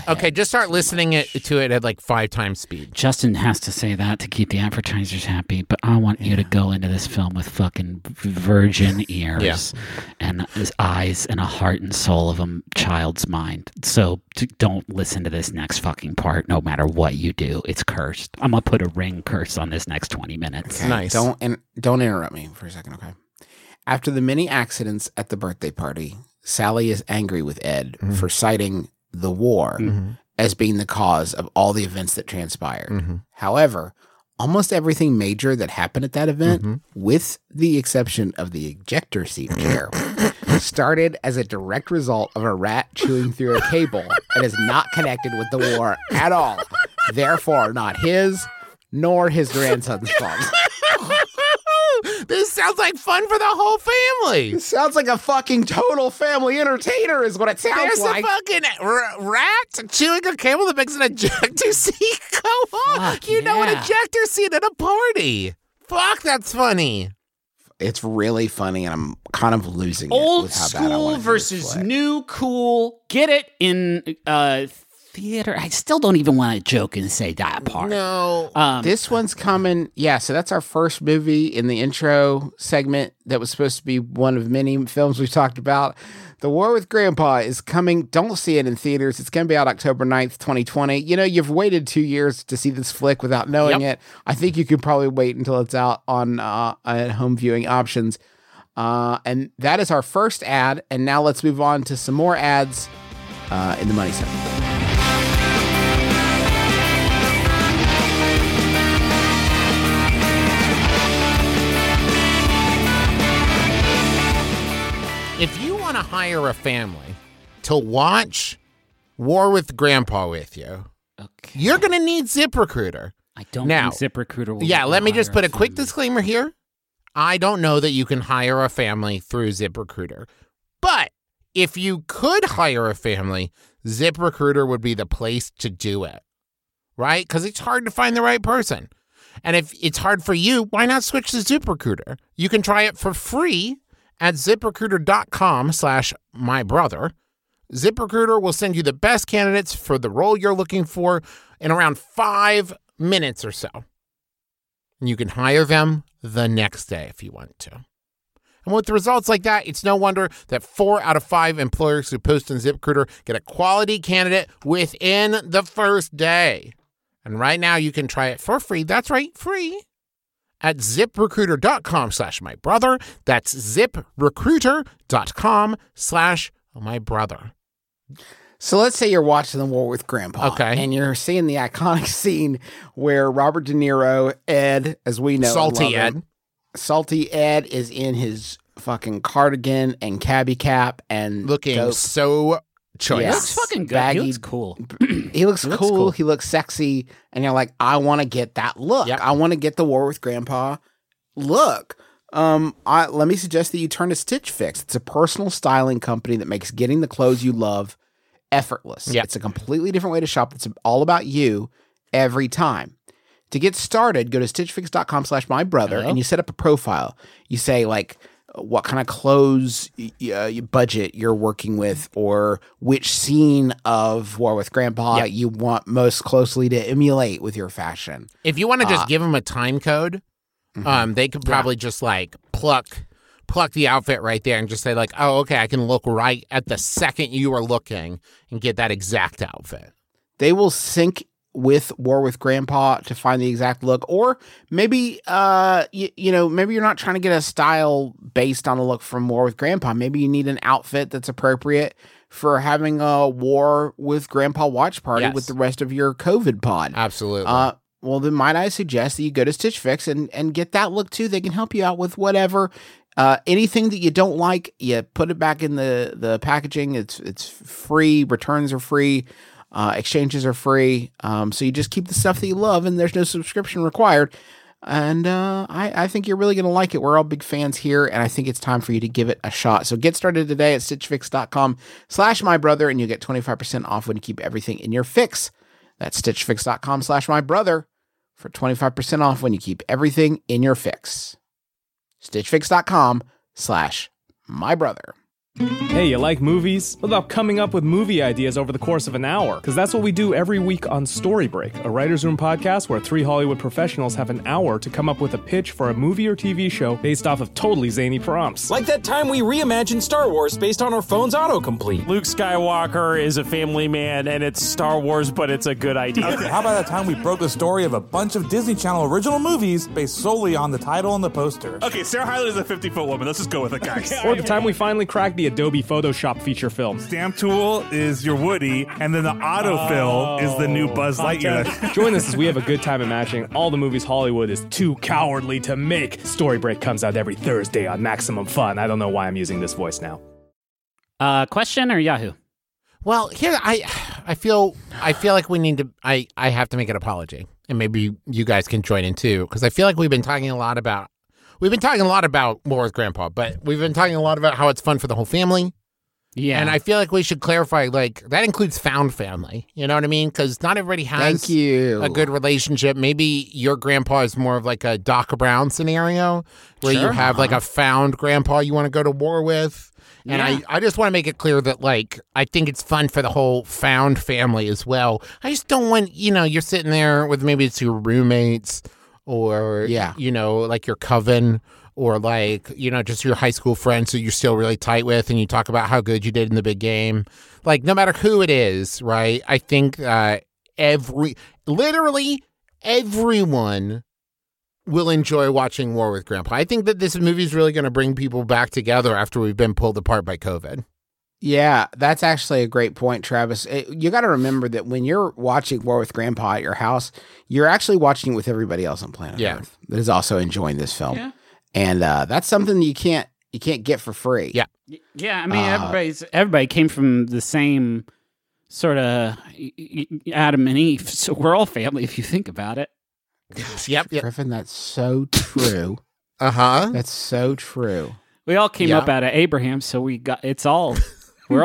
S3: Okay, just start listening it, to it at like five times speed.
S4: Justin has to say that to keep the advertisers happy, but I want you to go into this film with fucking virgin ears and his eyes and a heart and soul of a m- child's mind. So t- don't listen to this next fucking part, no matter what you do. It's cursed. I'm going to put a ring curse on this next 20 minutes.
S2: Okay,
S3: Nice.
S2: Don't in, don't interrupt me for a second, okay? After the many accidents at the birthday party, Sally is angry with Ed for citing the war as being the cause of all the events that transpired. However, almost everything major that happened at that event, with the exception of the ejector seat chair, started as a direct result of a rat chewing through a cable and is not connected with the war at all. Therefore, not his nor his grandson's fault.
S3: this sounds like fun for the whole family.
S2: Sounds like a fucking total family entertainer, is what it sounds
S3: There's
S2: like.
S3: a fucking r- rat chewing a cable that makes an ejector seat go on.
S4: Fuck,
S3: you know an
S4: yeah.
S3: ejector seat at a party. Fuck, that's funny.
S2: it's really funny, and I'm kind of losing it
S4: Old
S2: with how bad I wanna
S4: school
S2: do this
S4: versus
S2: flick.
S4: new cool. Get it in uh, theater. I still don't even want to joke and say that part.
S3: No.
S4: Um,
S2: This one's coming. Yeah, so that's our first movie in the intro segment that was supposed to be one of many films we've talked about. The War with Grandpa is coming. Don't see it in theaters. It's going to be out October 9th, 2020. You know, you've waited two years to see this flick without knowing it. I think you could probably wait until it's out on uh, at home viewing options. Uh, and that is our first ad. And now let's move on to some more ads uh, in the money segment.
S3: If you want to hire a family to watch War with Grandpa with you,
S4: okay.
S3: you're going to need ZipRecruiter.
S4: I don't
S3: Now-
S4: think ZipRecruiter will.
S3: Yeah, let me just
S4: hire
S3: put a
S4: us
S3: quick
S4: on-
S3: disclaimer here. I don't know that you can hire a family through ZipRecruiter, but if you could hire a family, ZipRecruiter would be the place to do it, right? Because it's hard to find the right person. And if it's hard for you, why not switch to ZipRecruiter? You can try it for free at ziprecruiter.com slash my brother. ZipRecruiter will send you the best candidates for the role you're looking for in around five minutes or so. And you can hire them the next day if you want to. And with results like that, it's no wonder that four out of five employers who post in ZipRecruiter get a quality candidate within the first day. And right now, you can try it for free. That's right, free at ziprecruiter.com slash my brother. That's ziprecruiter.com slash my brother.
S2: So let's say you're watching The War with Grandpa.
S3: Okay.
S2: And you're seeing the iconic scene where Robert De Niro, Ed, as we know, and love
S3: Salty
S2: him,
S3: Ed.
S2: Salty Ed is in his fucking cardigan and cabbie cap and
S3: Looking
S2: dope.
S3: so choice.
S2: Yeah.
S4: Looks fucking good.
S2: Baggy-
S4: he looks cool.
S2: He looks,
S4: looks
S2: cool,
S4: cool.
S2: He looks sexy. And you're like, I want to get that look.
S3: Yep.
S2: I want to get the War with Grandpa look. Um, I, let me suggest that you turn to Stitch Fix. It's a personal styling company that makes getting the clothes you love effortless.
S3: Yep.
S2: It's a completely different way to shop. It's all about you every time. To get started, go to stitchfix.com slash my brother and you set up a profile. You say like uh, what kind of clothes y- uh, your budget you're working with or which scene of War with Grandpa
S3: Yep.
S2: you want most closely to emulate with your fashion.
S3: If you want to just
S2: Uh,
S3: give them a time code, um, they could probably just like pluck pluck the outfit right there and just say like, "Oh, okay, I can look right at the second you are looking and get that exact outfit."
S2: They will sync with War with Grandpa to find the exact look or maybe uh you, you know maybe you're not trying to get a style based on a look from War with Grandpa. Maybe you need an outfit that's appropriate for having a war with grandpa watch party
S3: Yes.
S2: with the rest of your COVID pod.
S3: Absolutely.
S2: Uh, well, then might I suggest that you go to Stitch Fix and, and get that look too. They can help you out with whatever, uh, anything that you don't like. You put it back in the the packaging. It's it's free. Returns are free. Uh, exchanges are free, um, so you just keep the stuff that you love, and there's no subscription required. And uh, I, I think you're really going to like it. We're all big fans here, and I think it's time for you to give it a shot. So get started today at stitchfix.com slash my brother, and you get 25% off when you keep everything in your fix. That's stitchfix.com slash my brother for 25% off when you keep everything in your fix. stitchfix.com slash my brother.
S5: Hey, you like movies? What about coming up with movie ideas over the course of an hour? Because that's what we do every week on Story Break, a writer's room podcast where three Hollywood professionals have an hour to come up with a pitch for a movie or TV show based off of totally zany prompts.
S6: Like that time we reimagined Star Wars based on our phone's autocomplete.
S7: Luke Skywalker is a family man, and it's Star Wars, but it's a good idea.
S8: How about that time we broke the story of a bunch of Disney Channel original movies based solely on the title and the poster?
S9: Okay, Sarah Hyland is a 50 foot woman. Let's just go with it, guys.
S5: Or the time we finally cracked the Adobe Photoshop feature film.
S9: Stamp tool is your Woody, and then the autofill is the new Buzz Lightyear.
S5: Join us as we have a good time imagining all the movies Hollywood is too cowardly to make. Story Break comes out every Thursday on Maximum Fun. I don't know why I'm using this voice now.
S4: Uh, question or Yahoo?
S3: Well, here I I feel I feel like we need to I I have to make an apology. And maybe you guys can join in too cuz I feel like we've been talking a lot about we've been talking a lot about War with Grandpa, but we've been talking a lot about how it's fun for the whole family.
S4: Yeah.
S3: And I feel like we should clarify like that includes found family. You know what I mean? Cuz not everybody has
S2: Thank you.
S3: a good relationship. Maybe your grandpa is more of like a Doc Brown scenario where you have like a found grandpa you want to go to war with. And
S4: Yeah.
S3: I, I just want to make it clear that, like, I think it's fun for the whole found family as well. I just don't want, you know, you're sitting there with maybe it's your roommates or,
S2: Yeah.
S3: you know, like your coven or like, you know, just your high school friends who you're still really tight with and you talk about how good you did in the big game. Like, no matter who it is, right? I think uh, every, literally everyone will enjoy watching War with Grandpa. I think that this movie is really going to bring people back together after we've been pulled apart by COVID.
S2: Yeah, that's actually a great point, Travis. It- you got to remember that when you're watching War with Grandpa at your house, you're actually watching it with everybody else on planet
S3: Yeah.
S2: Earth that is also enjoying this film, and uh, that's something that you can't you can't get for free.
S3: Yeah.
S4: Yeah, I mean
S2: Uh,
S4: everybody's everybody came from the same sort of Adam and Eve. So we're all family if you think about it.
S3: Yep.
S2: Griffin, that's so true.
S3: Uh huh.
S2: that's so true.
S4: We all came
S3: Yeah.
S4: up out of Abraham, so we got it's all we're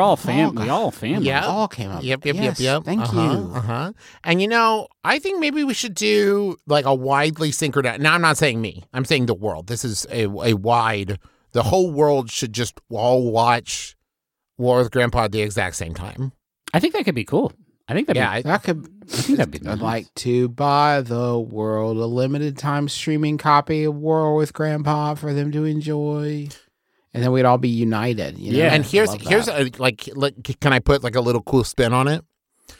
S4: all family. we all family.
S2: It
S3: Yeah.
S2: all came up.
S3: Yep. Yep.
S2: Yes,
S3: yep. Yep.
S2: Thank
S3: Uh
S2: you.
S3: huh. And you know, I think maybe we should do like a widely synchronized. Now, I'm not saying me. I'm saying the world. This is a a wide. The whole world should just all watch War with Grandpa at the exact same time.
S4: I think that could be cool. I think that'd
S3: Yeah.
S4: be
S3: I,
S2: That could.
S4: think that'd be
S2: I'd
S4: nice.
S2: like to buy the world a limited time streaming copy of War with Grandpa for them to enjoy, and then we'd all be united. You know?
S4: Yeah.
S3: and here's
S2: Love that.
S3: here's a, like, like can I put like a little cool spin on it?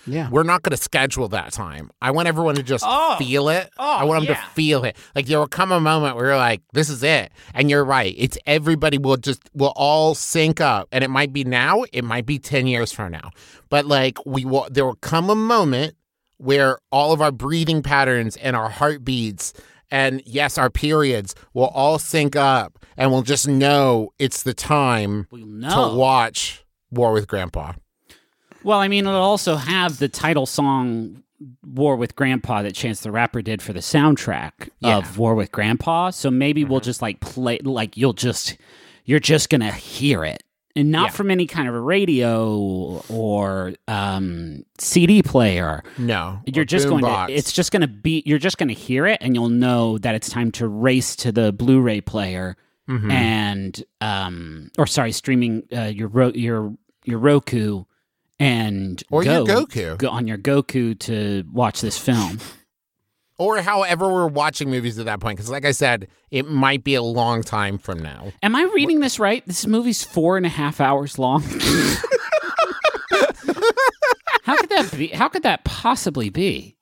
S2: yeah.
S3: We're not going to schedule that time. I want everyone to just
S4: Oh.
S3: feel it.
S4: Oh,
S3: I want them
S4: yeah.
S3: to feel it. Like there will come a moment where you're like, "This is it," and you're right. It's everybody will just will all sync up, and it might be now, it might be ten years from now, but like we will. There will come a moment where all of our breathing patterns and our heartbeats and yes, our periods will all sync up, and we'll just know it's the time
S4: We'll
S3: to
S4: know.
S3: watch War with Grandpa.
S4: Well, I mean, it'll also have the title song "War with Grandpa" that Chance the Rapper did for the soundtrack
S3: Yeah. Mm-hmm.
S4: of "War with Grandpa." So maybe we'll just like play, like you'll just you're just gonna hear it, and not from any kind of a radio or um, CD player.
S3: No,
S4: You're
S3: or
S4: just going
S3: boombox.
S4: to. It's just gonna be. You're just gonna hear it, and you'll know that it's time to race to the Blu-ray player
S3: Mhm.
S4: and um, or sorry, streaming uh, your ro- your your Roku and
S3: or your
S4: go,
S3: Goku,
S4: go on your Goku to watch this film.
S3: or however we're watching movies at that point. Because, like I said, it might be a long time from now.
S4: Am I reading this right? This movie's four and a half hours long. how could that be? How could that possibly be?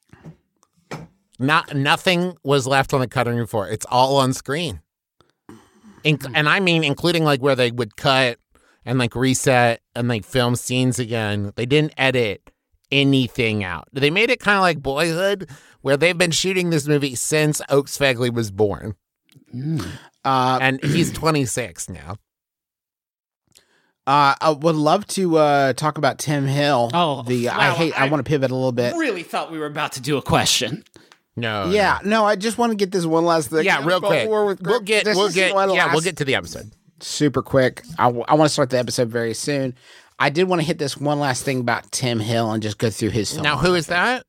S3: Not nothing was left on the cutting room floor. It's all on screen, In- and I mean, including like where they would cut and like reset and like film scenes again. They didn't edit anything out. They made it kind of like Boyhood, where they've been shooting this movie since Oaks Fegley was born,
S4: Mm.
S2: Uh,
S3: and he's 26 now.
S2: Uh, I would love to uh, talk about Tim Hill.
S4: Oh,
S2: the I
S4: wow,
S2: hate. I,
S4: I-
S2: want to pivot a little bit.
S4: Really thought we were about to do a question.
S3: No.
S2: yeah, no, I just want to get this one last thing.
S3: Yeah, real
S2: But
S3: quick.
S2: we're with
S3: We'll
S2: Greg-
S3: get
S2: this
S3: we'll
S2: is
S3: get
S2: one
S3: yeah, we'll
S2: last-
S3: get to the episode.
S2: super quick. I, want to start the episode very soon. I did want to hit this one last thing about Tim Hill and just go through his film.
S3: Now who is that?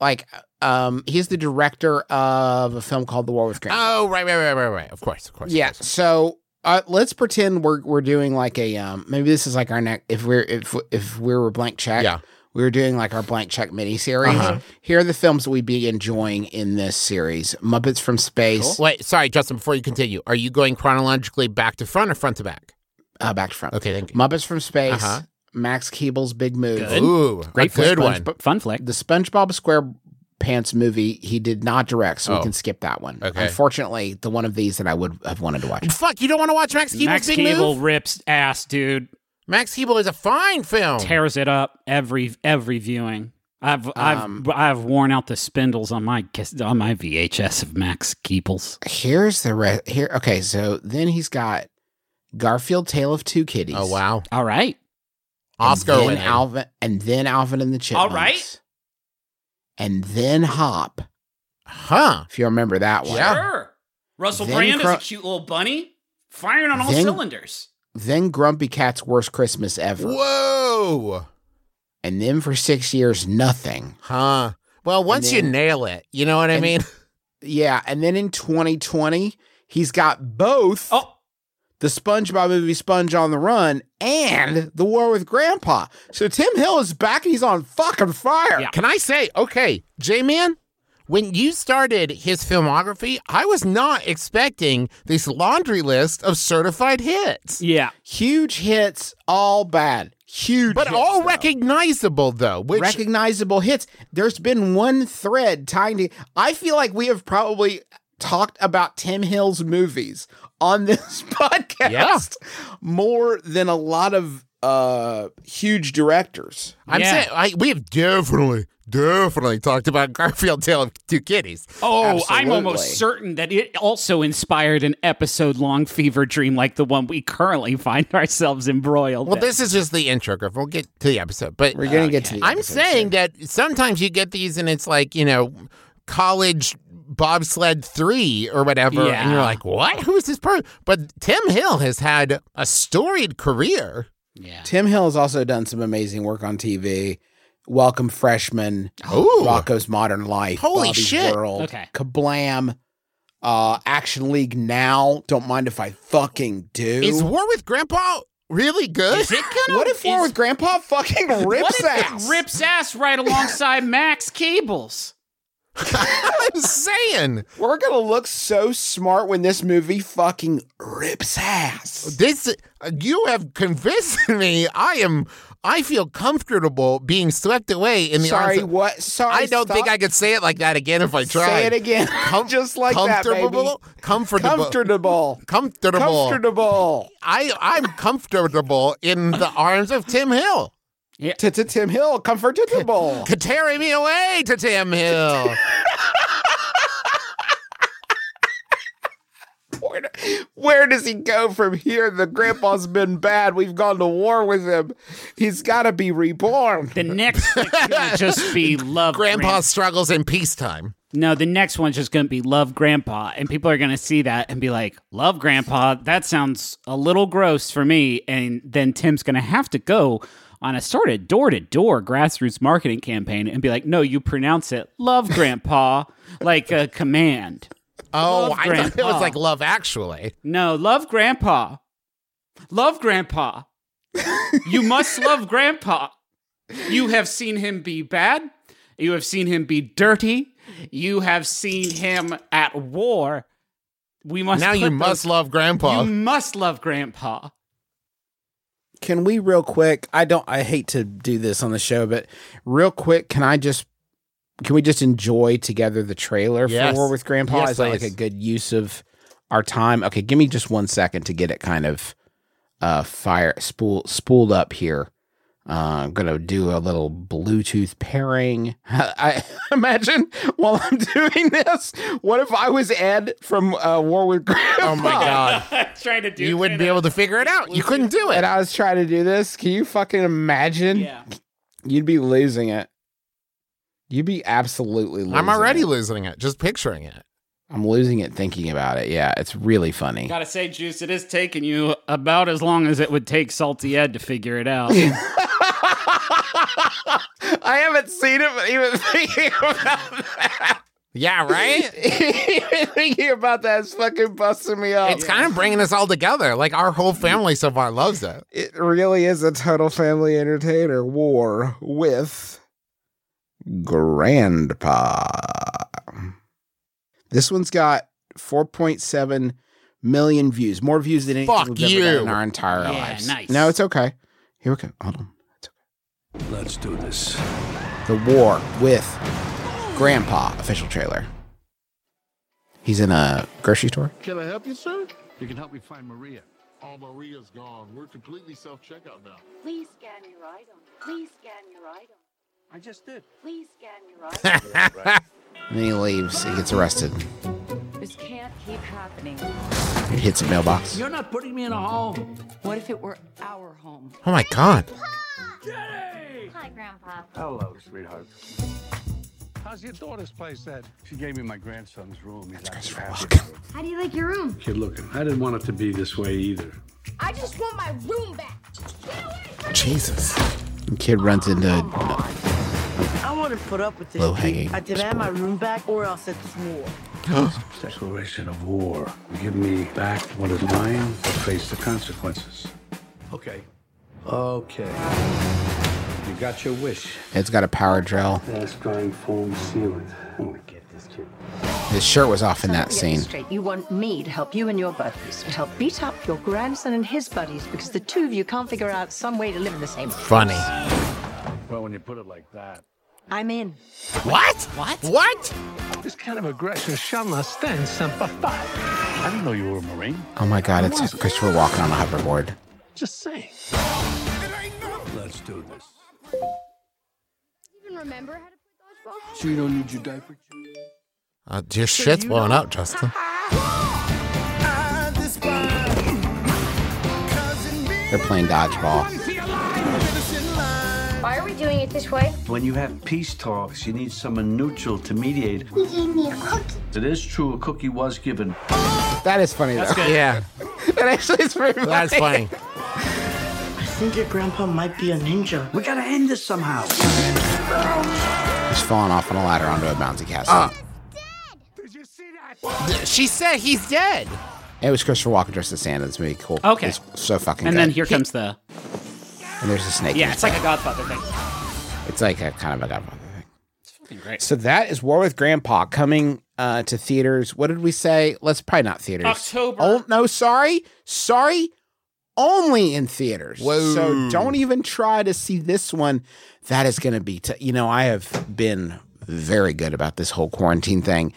S2: like, um, he's the director of a film called The War with Grandma.
S3: Oh, right, right, right, right, right. Of course, of course. of
S2: yeah.
S3: course.
S2: So uh, let's pretend we're we're doing like a um, maybe this is like our next if we're if if we were blank check.
S3: Yeah.
S2: We were doing like our blank check mini series.
S3: Uh-huh.
S2: Here are the films that we'd be enjoying in this series: Muppets from Space,
S3: Wait, sorry, Justin, before you continue, are you going chronologically back to front or front to back?
S2: uh, Back to Front,
S3: Okay, thank you.
S2: Muppets from Space,
S3: Uh-huh.
S2: Max Keeble's Big Move,
S4: Good.
S3: Ooh,
S4: Great
S3: a good one.
S4: But fun flick.
S2: the SpongeBob SquarePants movie he did not direct, so
S3: Oh.
S2: we can skip that one.
S3: Okay.
S2: Unfortunately, the one of these that I would have wanted to watch.
S3: Fuck, you don't want to watch Max Keeble's
S4: Max
S3: Big
S4: Cable
S3: Move?
S4: rips ass, dude.
S3: Max Keeble is a fine
S2: Oh.
S3: film.
S4: Tears it up every every viewing. I've
S2: Um,
S4: I've I've worn out the spindles on my cas- on my VHS of Max Keeples.
S2: Here's the re- here. Okay, so then he's got Garfield: Tale of Two Kitties.
S3: Oh wow,
S4: All right,
S3: Oscar
S2: and then
S3: winning.
S2: Alvin, and then Alvin and the
S4: All
S2: Chipmunks.
S4: right.
S2: And then Hop,
S3: huh?
S2: if you remember that one.
S3: Yeah.
S4: sure. Russell
S2: Then
S4: Brand is
S2: Cro-
S4: a cute little bunny, firing on all
S2: Then-
S4: cylinders.
S2: Then Grumpy Cat's Worst Christmas Ever.
S3: Whoa,
S2: And then for six years, nothing.
S3: huh? Well, once you
S2: then-
S3: nail it, you know what I
S2: and-
S3: mean.
S2: Yeah. And then in 2020, he's got both.
S4: Oh,
S2: the SpongeBob movie Sponge on the Run, and The War with Grandpa. So Tim Hill is back and he's on fucking fire.
S4: Yeah.
S3: Can I say, okay, J Man, when you started his filmography, I was not expecting this laundry list of certified hits.
S4: yeah.
S2: Huge hits, all bad. Huge
S3: But
S2: hits,
S3: all
S2: though.
S3: recognizable though, which
S2: recognizable hits. There's been one thread tying to I feel like we have probably talked about Tim Hill's movies on this podcast
S3: Yeah.
S2: more than a lot of uh huge directors.
S3: I'm
S4: Yeah.
S3: saying I, we have definitely, definitely talked about Garfield Tale of Two Kitties.
S4: Oh, I'm
S2: Absolutely.
S4: almost certain that it also inspired an episode long fever dream like the one we currently find ourselves embroiled
S3: Well,
S4: in.
S3: this is just the intro, Griff. We'll get to the episode, but
S2: We're gonna get to the
S3: Uh, I'm
S2: episode
S3: saying
S2: soon.
S3: that sometimes you get these and it's like, you know, college bobsled three or whatever. And you're
S4: Yeah.
S3: like, what? Who is this person? But Tim Hill has had a storied career.
S4: yeah.
S2: Tim Hill has also done some amazing work on TV. Welcome Freshman,
S3: Ooh.
S2: Rocco's Modern Life,
S3: Holy
S2: Bobby's
S3: shit.
S2: World,
S4: Okay.
S2: Kablam, uh, Action League Now. Don't mind if I fucking do.
S3: Is War with Grandpa really good?
S4: Is it kind of
S2: what if War with Grandpa fucking rips ass?
S4: rips ass right alongside Max Cables?
S3: I'm saying
S2: We're gonna look so smart when this movie fucking rips ass.
S3: this. You have convinced me. I am. I feel comfortable being swept away in the
S2: Sorry,
S3: arms. Of,
S2: what? Sorry,
S3: I don't think
S2: stop.
S3: I could say it like that again if I tried.
S2: say it again,
S3: Com-
S2: just like that, baby.
S3: comfortable, comfortable,
S2: Comfortable,
S3: comfortable,
S2: comfortable.
S3: I I'm comfortable in the arms of Tim Hill.
S2: To to Tim Hill, comfortable.
S3: To carry me away to Tim Hill.
S2: Where, do- where does he go from here? The grandpa's been bad. We've gone to war with him. He's got to be reborn.
S4: The next one's gonna just be love.
S3: Grandpa
S4: Gran-
S3: struggles in peacetime.
S4: no, the next one's just gonna be love Grandpa, and people are gonna see that and be like, "Love Grandpa." That sounds a little gross for me. And then Tim's gonna have to go on a sort of door to door grassroots marketing campaign and be like, "No, you pronounce it love Grandpa like a command."
S3: Oh,
S4: Love
S3: I thought it was
S4: Grandpa.
S3: like Love Actually.
S4: No, love Grandpa. Love Grandpa. you must love Grandpa. You have seen him be bad. You have seen him be dirty. You have seen him at war. We must
S3: now
S4: put
S3: you
S4: those-
S3: must love Grandpa.
S4: You must love Grandpa.
S2: Can we real quick? I don't. I hate to do this on the show, but real quick, can I just? Can we just enjoy together the trailer
S3: Yes.
S2: for War with Grandpa?
S3: Yes,
S2: Is that like a
S3: please.
S2: good use of our time? Okay, give me just one second to get it kind of uh fire spool spooled up here. Uh, I'm gonna do a little Bluetooth pairing. I imagine while I'm doing this, what if I was Ed from uh, War with Grandpa?
S3: Oh my god.
S4: trying to do
S3: You wouldn't be able to figure it out. You couldn't do
S2: And
S3: it.
S2: I was trying to do this. Can you fucking imagine?
S4: Yeah.
S2: You'd be losing it. You'd be absolutely losing.
S3: I'm already
S2: it.
S3: losing it, just picturing it.
S2: I'm losing it thinking about it. Yeah, it's really funny.
S4: Gotta say, Juice, it is taking you about as long as it would take Salty Ed to figure it out.
S2: I haven't seen it, but even thinking about that,
S3: Yeah, right?
S2: even thinking about that is fucking busting me up.
S3: It's kind of bringing us all together. Like our whole family so far loves it.
S2: it really is a total family entertainer. War with Grandpa. This one's got 4.7 million views, more views than anything
S3: Fuck
S2: we've ever done
S3: you.
S2: in our entire
S4: Yeah,
S2: lives.
S4: nice.
S2: No, it's okay. Here we go. Hold on. It's
S1: Let's do this.
S2: okay. The War with Grandpa official trailer. He's in a grocery store.
S10: Can I help you, sir? You can help me find Maria. All Maria's gone. We're completely self-checkout now.
S11: Please scan your item. Please scan your item.
S1: I just did.
S11: Please scan your item.
S2: And then he leaves. He gets arrested.
S11: this can't keep happening.
S2: It hits a mailbox.
S1: You're not putting me in a home.
S11: What if it were our home?
S3: Oh my god.
S11: Hi, Grandpa.
S10: Hello, sweetheart. How's your daughter's place then? She gave me my grandson's room. He's actually happy.
S11: How do you like your room?
S10: Good looking. I didn't want it to be this way either.
S11: I just want my room back.
S3: Jesus.
S2: And kid runs into
S1: I wouldn't put up with this.
S2: Low hanging
S1: I demand my room back or else it's war.
S10: Declaration of war. You give me back what is mine or face the consequences. Okay. Okay. You got your wish.
S2: It's got a power drill.
S10: Fast drying foam sealant. I'm gonna get this kid.
S2: His shirt was off in that scene.
S11: Straight. You want me to help you and your buddies, to help beat up your grandson and his buddies, because the two of you can't figure out some way to live in the same.
S3: Funny.
S10: Well, when you put it like that.
S11: I'm in.
S3: What? What? What?
S10: This kind of aggression shall not stand simplified. I didn't know you were a Marine.
S2: Oh my god, it's Christopher Walken on a hoverboard.
S10: Just saying. Let's do this.
S11: Even remember how to play dodgeball?
S10: So you don't need your diaper?
S3: Uh, your shit's blowing up, Justin.
S2: They're playing dodgeball.
S11: Why are we doing it this way?
S10: When you have peace talks, you need someone neutral to mediate.
S11: You gave me a cookie.
S10: It is true, a cookie was given.
S2: That is funny though.
S3: Yeah,
S2: that actually is pretty funny.
S3: that's funny.
S1: I think your grandpa might be a ninja.
S10: We gotta end this somehow.
S2: He's falling off on a ladder onto a bouncy castle.
S3: She said he's dead.
S2: it was Christopher Walken dressed as Santa. This movie cool.
S4: Okay.
S2: It's so fucking
S4: and
S2: good.
S4: then here comes the.
S2: And there's a snake. in
S4: Yeah,
S2: his
S4: it's like a
S2: back.
S4: Godfather thing.
S2: it's like a kind of a godfather thing.
S4: great.
S2: So that is War with Grandpa coming uh, to theaters. What did we say? Let's probably not theaters.
S4: October.
S2: Oh no, sorry, sorry, only in theaters.
S3: Whoa.
S2: So don't even try to see this one. That is going to be. T- you know, I have been very good about this whole quarantine thing.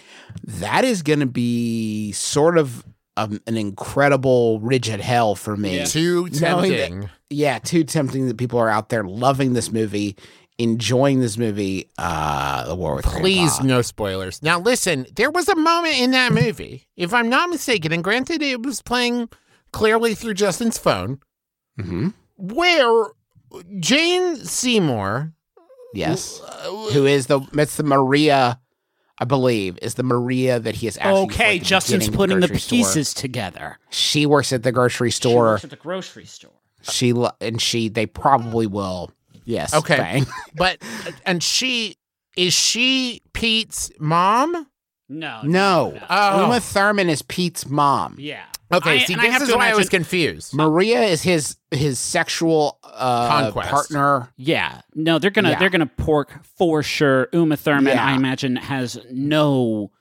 S2: That is going to be sort of um, an incredible rigid hell for me.
S3: Too
S2: Knowing that-
S3: tempting.
S2: yeah, too tempting that people are out there loving this movie, enjoying this movie. Uh, the War with
S3: Please,
S2: Grandpa.
S3: no spoilers. Now, listen, there was a moment in that movie, if I'm not mistaken, and granted it was playing clearly through Justin's phone,
S2: Mhm.
S3: where Jane Seymour, uh,
S2: Yes. Who is the it's the Maria, I believe, is the Maria that he is asking. for
S4: Okay,
S2: at the
S4: Justin's
S2: beginning of
S4: putting the
S2: grocery store.
S4: pieces together.
S2: She works at the grocery store.
S4: At the grocery store.
S2: She lo- and she they probably will. Yes.
S3: Okay.
S2: bang.
S3: but and she is she Pete's mom?
S4: No.
S2: No.
S3: Oh.
S2: Uma Thurman is Pete's mom.
S4: Yeah.
S3: Okay,
S4: I-
S3: see,
S4: and I
S3: this
S4: have
S3: is
S4: to
S3: why I was
S4: imagine-
S3: confused.
S2: Maria is his his sexual uh,
S3: Conquest.
S2: partner.
S4: Yeah, no, they're gonna
S2: Yeah.
S4: they're gonna pork for sure. Uma Thurman,
S2: Yeah.
S4: I imagine, has no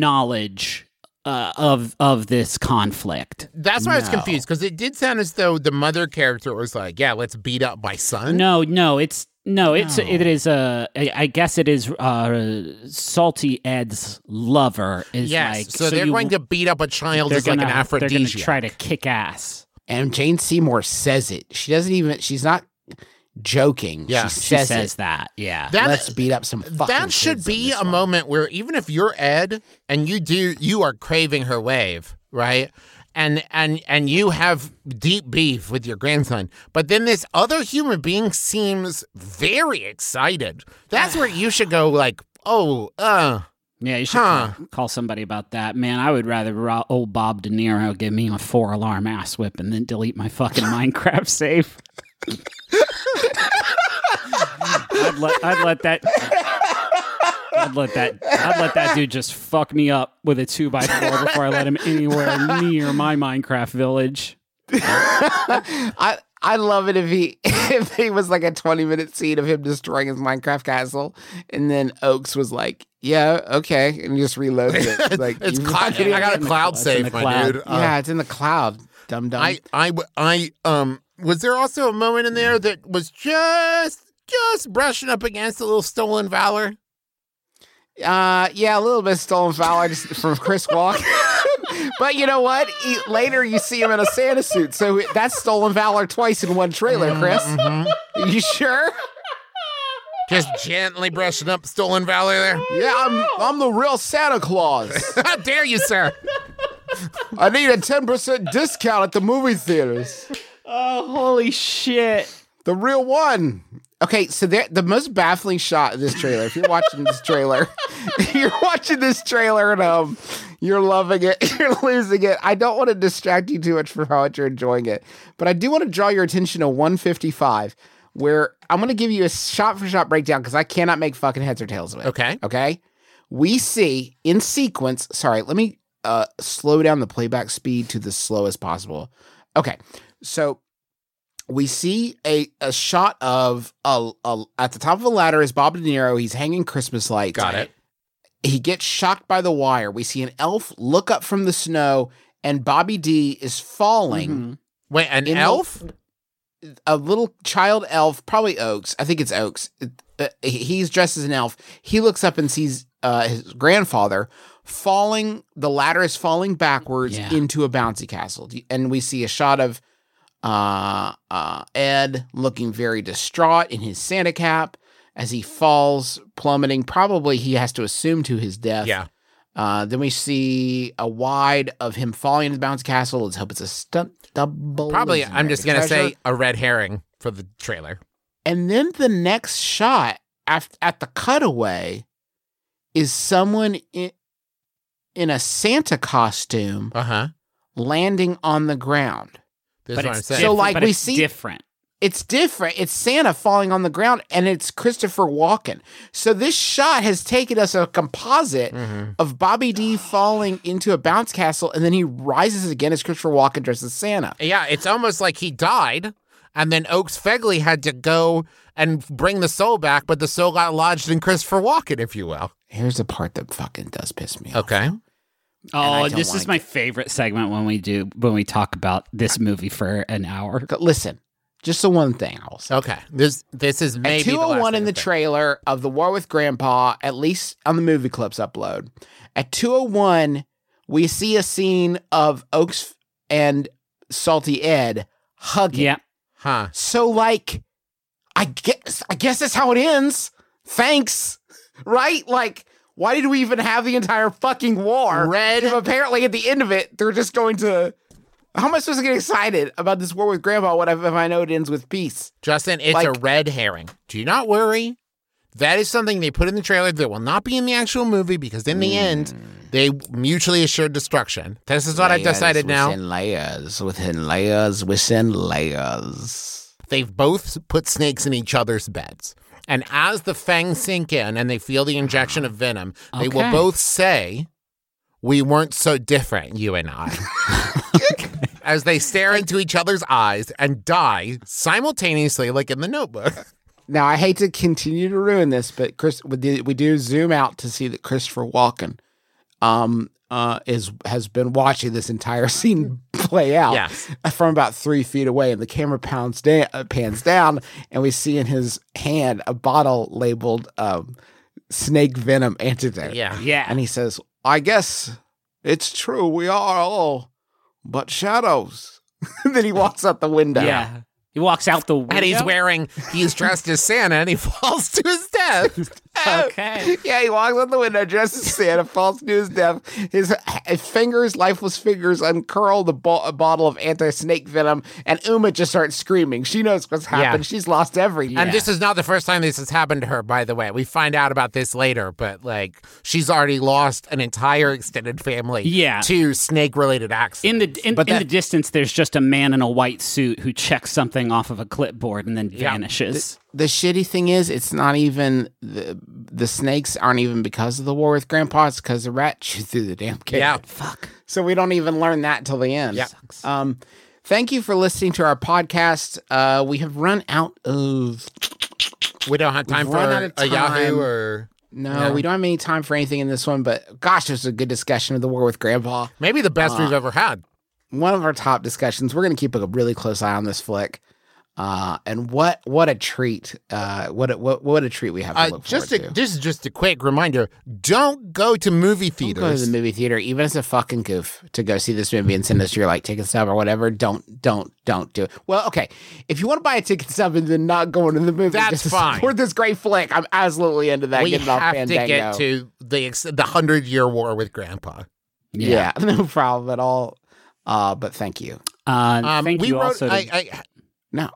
S4: knowledge uh, of of this conflict.
S3: That's why I was
S2: No.
S3: confused because it did sound as though the mother character was like, "Yeah, let's beat up my son."
S4: No, no, it's no, it's
S2: No.
S4: it is uh, I I guess it is uh, salty Ed's lover is
S3: yes.
S4: like
S3: so, they're
S4: you-
S3: going to beat up a child
S4: they're
S3: as like
S4: gonna,
S3: an
S4: They're gonna
S3: aphrodisiac.
S4: try to kick ass.
S2: And Jane Seymour says it. She doesn't even she's not joking.
S3: Yeah.
S2: she
S3: She
S2: says,
S3: says
S2: it.
S4: that. Yeah,
S3: That-
S2: let's beat up some. Fucking
S3: that should
S2: kids.
S3: be a moment where even if you're Ed and you do you are craving her wave, right? And and and you have deep beef with your grandson, but then this other human being seems very excited. That's where you should go like, "Oh, uh,
S4: Yeah, you should
S3: Huh.
S4: call, call somebody about that. Man, I would rather ro- old Bob De Niro give me a four alarm ass whip and then delete my fucking Minecraft save. I'd, let, I'd let that. I'd let that. I'd let that dude just fuck me up with a two by four before I let him anywhere near my Minecraft village.
S2: I I love it if he if he was like a twenty minute scene of him destroying his Minecraft castle, and then Oaks was like, "Yeah, okay," and he just reloaded it. It's like
S3: it's
S2: you
S3: cloud,
S2: fucking-
S3: I got a cloud save, my dude." Uh,
S2: yeah, it's in the cloud. Dum dum.
S3: I, I, w- I, um, was there also a moment in there that was just, just brushing up against a little stolen valor?
S2: Uh, yeah, a little bit of stolen valor just from Chris Walk. but you know what? He, later you see him in a Santa suit, so that's stolen valor twice in one trailer,
S3: Mm-hmm.
S2: Chris. You sure?
S3: Just gently brushing up stolen valor there.
S2: Yeah, I'm I'm the real Santa Claus.
S3: How dare you, sir?
S2: I need a ten percent discount at the movie theaters.
S4: Oh, holy shit!
S2: The real one. Okay, so there, the most baffling shot of this trailer. If you're watching this trailer, you're watching this trailer and um, you're loving it, you're losing it. I don't want to distract you too much from how much you're enjoying it, but I do want to draw your attention to 155, where I'm going to give you a shot for shot breakdown because I cannot make fucking heads or tails of it.
S3: Okay.
S2: Okay. We see in sequence. Sorry, let me uh slow down the playback speed to the slowest possible. Okay. So we see a, a shot of a, a at the top of a ladder is Bob De Niro. He's hanging Christmas lights.
S3: Got it.
S2: He gets shocked by the wire. We see an elf look up from the snow, and Bobby D is falling.
S3: Mm-hmm. Wait, an
S2: In the-
S3: elf?
S2: A little child elf, probably Oaks. I think it's Oaks. It- uh, he- He's dressed as an elf. He looks up and sees uh, his grandfather falling. The ladder is falling backwards
S4: Yeah.
S2: into a bouncy castle, and we see a shot of uh, uh, Ed looking very distraught in his Santa cap as he falls, plummeting. Probably he has to assume to his death.
S3: Yeah.
S2: Uh, then we see a wide of him falling into the bouncy castle. Let's hope it's a stunt double.
S3: Probably,
S2: Isn't
S3: I'm
S2: there
S3: just going to
S2: treasure?
S3: say a red herring for the trailer.
S2: And then the next shot after, at the cutaway is someone in, in a Santa costume
S3: Uh huh.
S2: landing on the ground.
S3: That's what I'm saying.
S2: So, like,
S4: but
S2: we
S4: it's
S2: see-
S4: different.
S2: It's different. It's Santa falling on the ground and it's Christopher Walken. So this shot has taken us a composite
S3: Mm-hmm.
S2: of Bobby D falling into a bounce castle and then he rises again as Christopher Walken dressed as Santa.
S3: yeah, it's almost like he died, and then Oaks Fegley had to go and bring the soul back, but the soul got lodged in Christopher Walken, if you will.
S2: Here's the part that fucking does piss me off.
S3: Okay.
S2: I
S4: Oh,
S2: don't
S4: this
S2: like
S4: is my favorite segment when we do when we talk about this movie for an hour.
S2: But listen, just the one thing I will say.
S3: Okay. This this is maybe
S2: At 201 in the
S3: trailer.
S2: trailer of The War with Grandpa, at least on the movie clips upload. At 201, we see a scene of Oaks and Salty Ed hugging.
S4: Yeah,
S3: Huh.
S2: So like I guess I guess that's how it ends. Thanks. Right? Like why did we even have the entire fucking war?
S3: Red.
S2: If apparently at the end of it they're just going to how am I supposed to get excited about this war with grandpa when I, if I know it ends with peace?
S3: Justin, it's
S2: Like-
S3: a red herring. Do not worry. That is something they put in the trailer that will not be in the actual movie because in the end,
S2: Hmm.
S3: they mutually assured destruction. This is what I've decided now.
S2: Within layers, within layers, within layers.
S3: They've both put snakes in each other's beds. And as the fangs sink in and they feel the injection of venom, they will
S4: Okay.
S3: both say, We weren't so different, you and I. as they stare into each other's eyes and die simultaneously, like in the notebook.
S2: Now I hate to continue to ruin this, but Chris, we do, we do zoom out to see that Christopher Walken, um, uh, is has been watching this entire scene play out
S3: Yes.
S2: from about three feet away, and the camera pounds da- uh, pans down, and we see in his hand a bottle labeled um, "snake venom antidote."
S3: Yeah.
S4: yeah.
S2: and he says, "I guess it's true. We are all but shadows." then he walks out the window.
S4: Yeah. He walks out the window.
S3: And he's wearing, he's dressed as Santa and he falls to his death.
S4: Oh, okay.
S2: Yeah, he walks out the window dressed as Santa, falls to his death. His his fingers, lifeless fingers, uncurl the bo- a bottle of anti snake venom, and Uma just starts screaming. She knows what's happened. She's lost everything.
S3: And this is not the first time this has happened to her, by the way. We find out about this later, but like she's already lost an entire extended family
S4: Yeah.
S3: to snake related accidents.
S4: In the in,
S3: But
S4: in
S3: that-
S4: the distance, there's just a man in a white suit who checks something off of a clipboard and then vanishes.
S2: the shitty thing is, it's not even the the snakes aren't even because of the war with Grandpa. It's because the rat chewed through the damn cave.
S3: Yeah.
S4: Fuck.
S2: So we don't even learn that till the end.
S3: Yeah. Uh,
S2: Um, thank you for listening to our podcast. Uh, we have run out of
S3: we don't have time
S2: We've
S3: for
S2: run out of
S3: a Yahoo
S2: time.
S3: or
S2: no,
S3: No.
S2: we don't have any time for anything in this one. But gosh, it was a good discussion of the war with Grandpa.
S3: maybe the
S2: Uh,
S3: best we've ever had.
S2: One of our top discussions. We're going to keep a really close eye on this flick. Uh, and what what a treat! Uh, what a, what what a treat we have to
S3: Uh,
S2: look
S3: just
S2: forward
S3: a,
S2: to.
S3: this is just a quick reminder: don't go to movie theaters.
S2: go to the movie theater, even as a fucking goof, to go see this movie and send us your like ticket stub or whatever. Don't, don't, don't do it. Well, okay, if you want to buy a ticket stub and then not going to the movie,
S3: That's
S2: just to
S3: fine.
S2: Support this great flick. I'm absolutely into that.
S3: we
S2: Get it off
S3: have to
S2: Fandango.
S3: get to the ex- the hundred year war with Grandpa.
S2: yeah. no problem at all. Uh, but thank you.
S4: Uh,
S3: Um,
S4: thank
S3: we
S4: you
S3: wrote.
S4: also. to-
S3: I, I,
S2: No,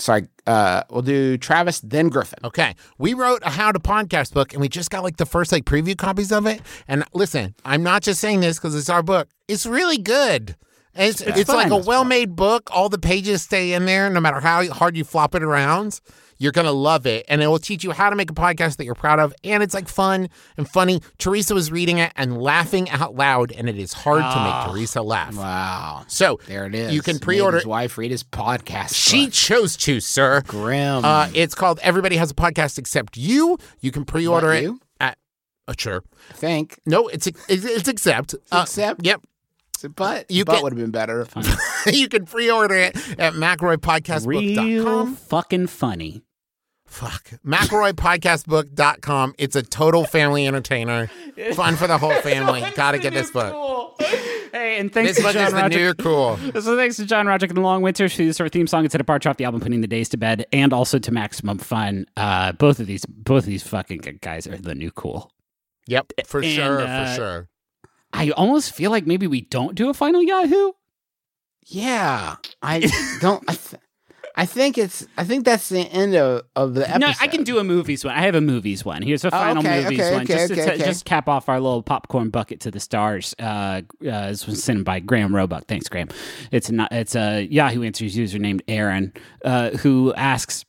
S2: sorry. Uh, we'll do Travis then Griffin.
S3: okay, we wrote a how to podcast book, and we just got like the first like preview copies of it. And listen, I'm not just saying this because it's our book. It's really good. And It's, it's, like
S4: fun.
S3: a well made book. All the pages stay in there, no matter how hard you flop it around. You're gonna love it, and it will teach you how to make a podcast that you're proud of, and it's like fun and funny. Teresa was reading it and laughing out loud, and it is hard
S4: Ah,
S3: to make Teresa laugh.
S2: Wow,
S3: So
S2: there it is.
S3: You can
S2: Made
S3: pre-order.
S2: his wife read his podcast.
S3: She
S2: book.
S3: chose to, sir.
S2: grim.
S3: Uh, it's called Everybody Has a Podcast Except You. You can pre-order
S2: Not
S3: it
S2: you?
S3: at. Uh, sure.
S2: Thank,
S3: No, it's it's, it's except. Uh,
S2: Except?
S3: Yep.
S2: but
S3: You
S2: you but
S3: can-
S2: would have been better.
S3: you can pre-order it at
S4: real
S3: McRoyPodcastBook.com.
S4: fucking funny.
S3: Fuck. McRoyPodcastBook.com. It's a total family entertainer. Fun for the whole family. Gotta get this book.
S4: Hey, and thanks
S3: This
S4: to
S3: book
S4: John
S3: is the
S4: Roderick.
S3: new cool.
S4: So thanks to John Roderick and the Long Winter for our theme song. It's a departure off the album Putting the Days to Bed and also to Maximum Fun. Uh, both of these both of these fucking good guys are the new cool.
S3: Yep. For
S4: And,
S3: sure.
S4: uh,
S3: for sure.
S4: I almost feel like maybe we don't do a final Yahoo.
S2: Yeah, I don't. I, th- I think it's. I think that's the end of, of the episode.
S4: No, I can do a movies one. I have a movies one. Here's a
S2: Oh,
S4: final
S2: okay,
S4: movies
S2: okay,
S4: one.
S2: okay,
S4: just,
S2: okay,
S4: to,
S2: okay.
S4: just cap off our little popcorn bucket to the stars. Uh, uh, this was sent by Graham Roebuck. Thanks, Graham. It's not. It's a Yahoo Answers user named Aaron uh, who asks.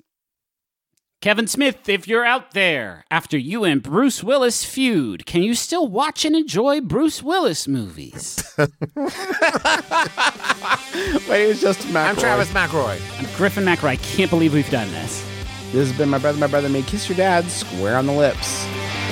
S4: Kevin Smith, if you're out there, after you and Bruce Willis feud, can you still watch and enjoy Bruce Willis movies?
S2: Wait, it was just Matt.
S3: I'm Travis McRoy.
S4: I'm Griffin McRae. I can't believe we've done this.
S2: This has been my brother, my brother, me. Kiss your dad square on the lips.
S12: MaximumFun.org.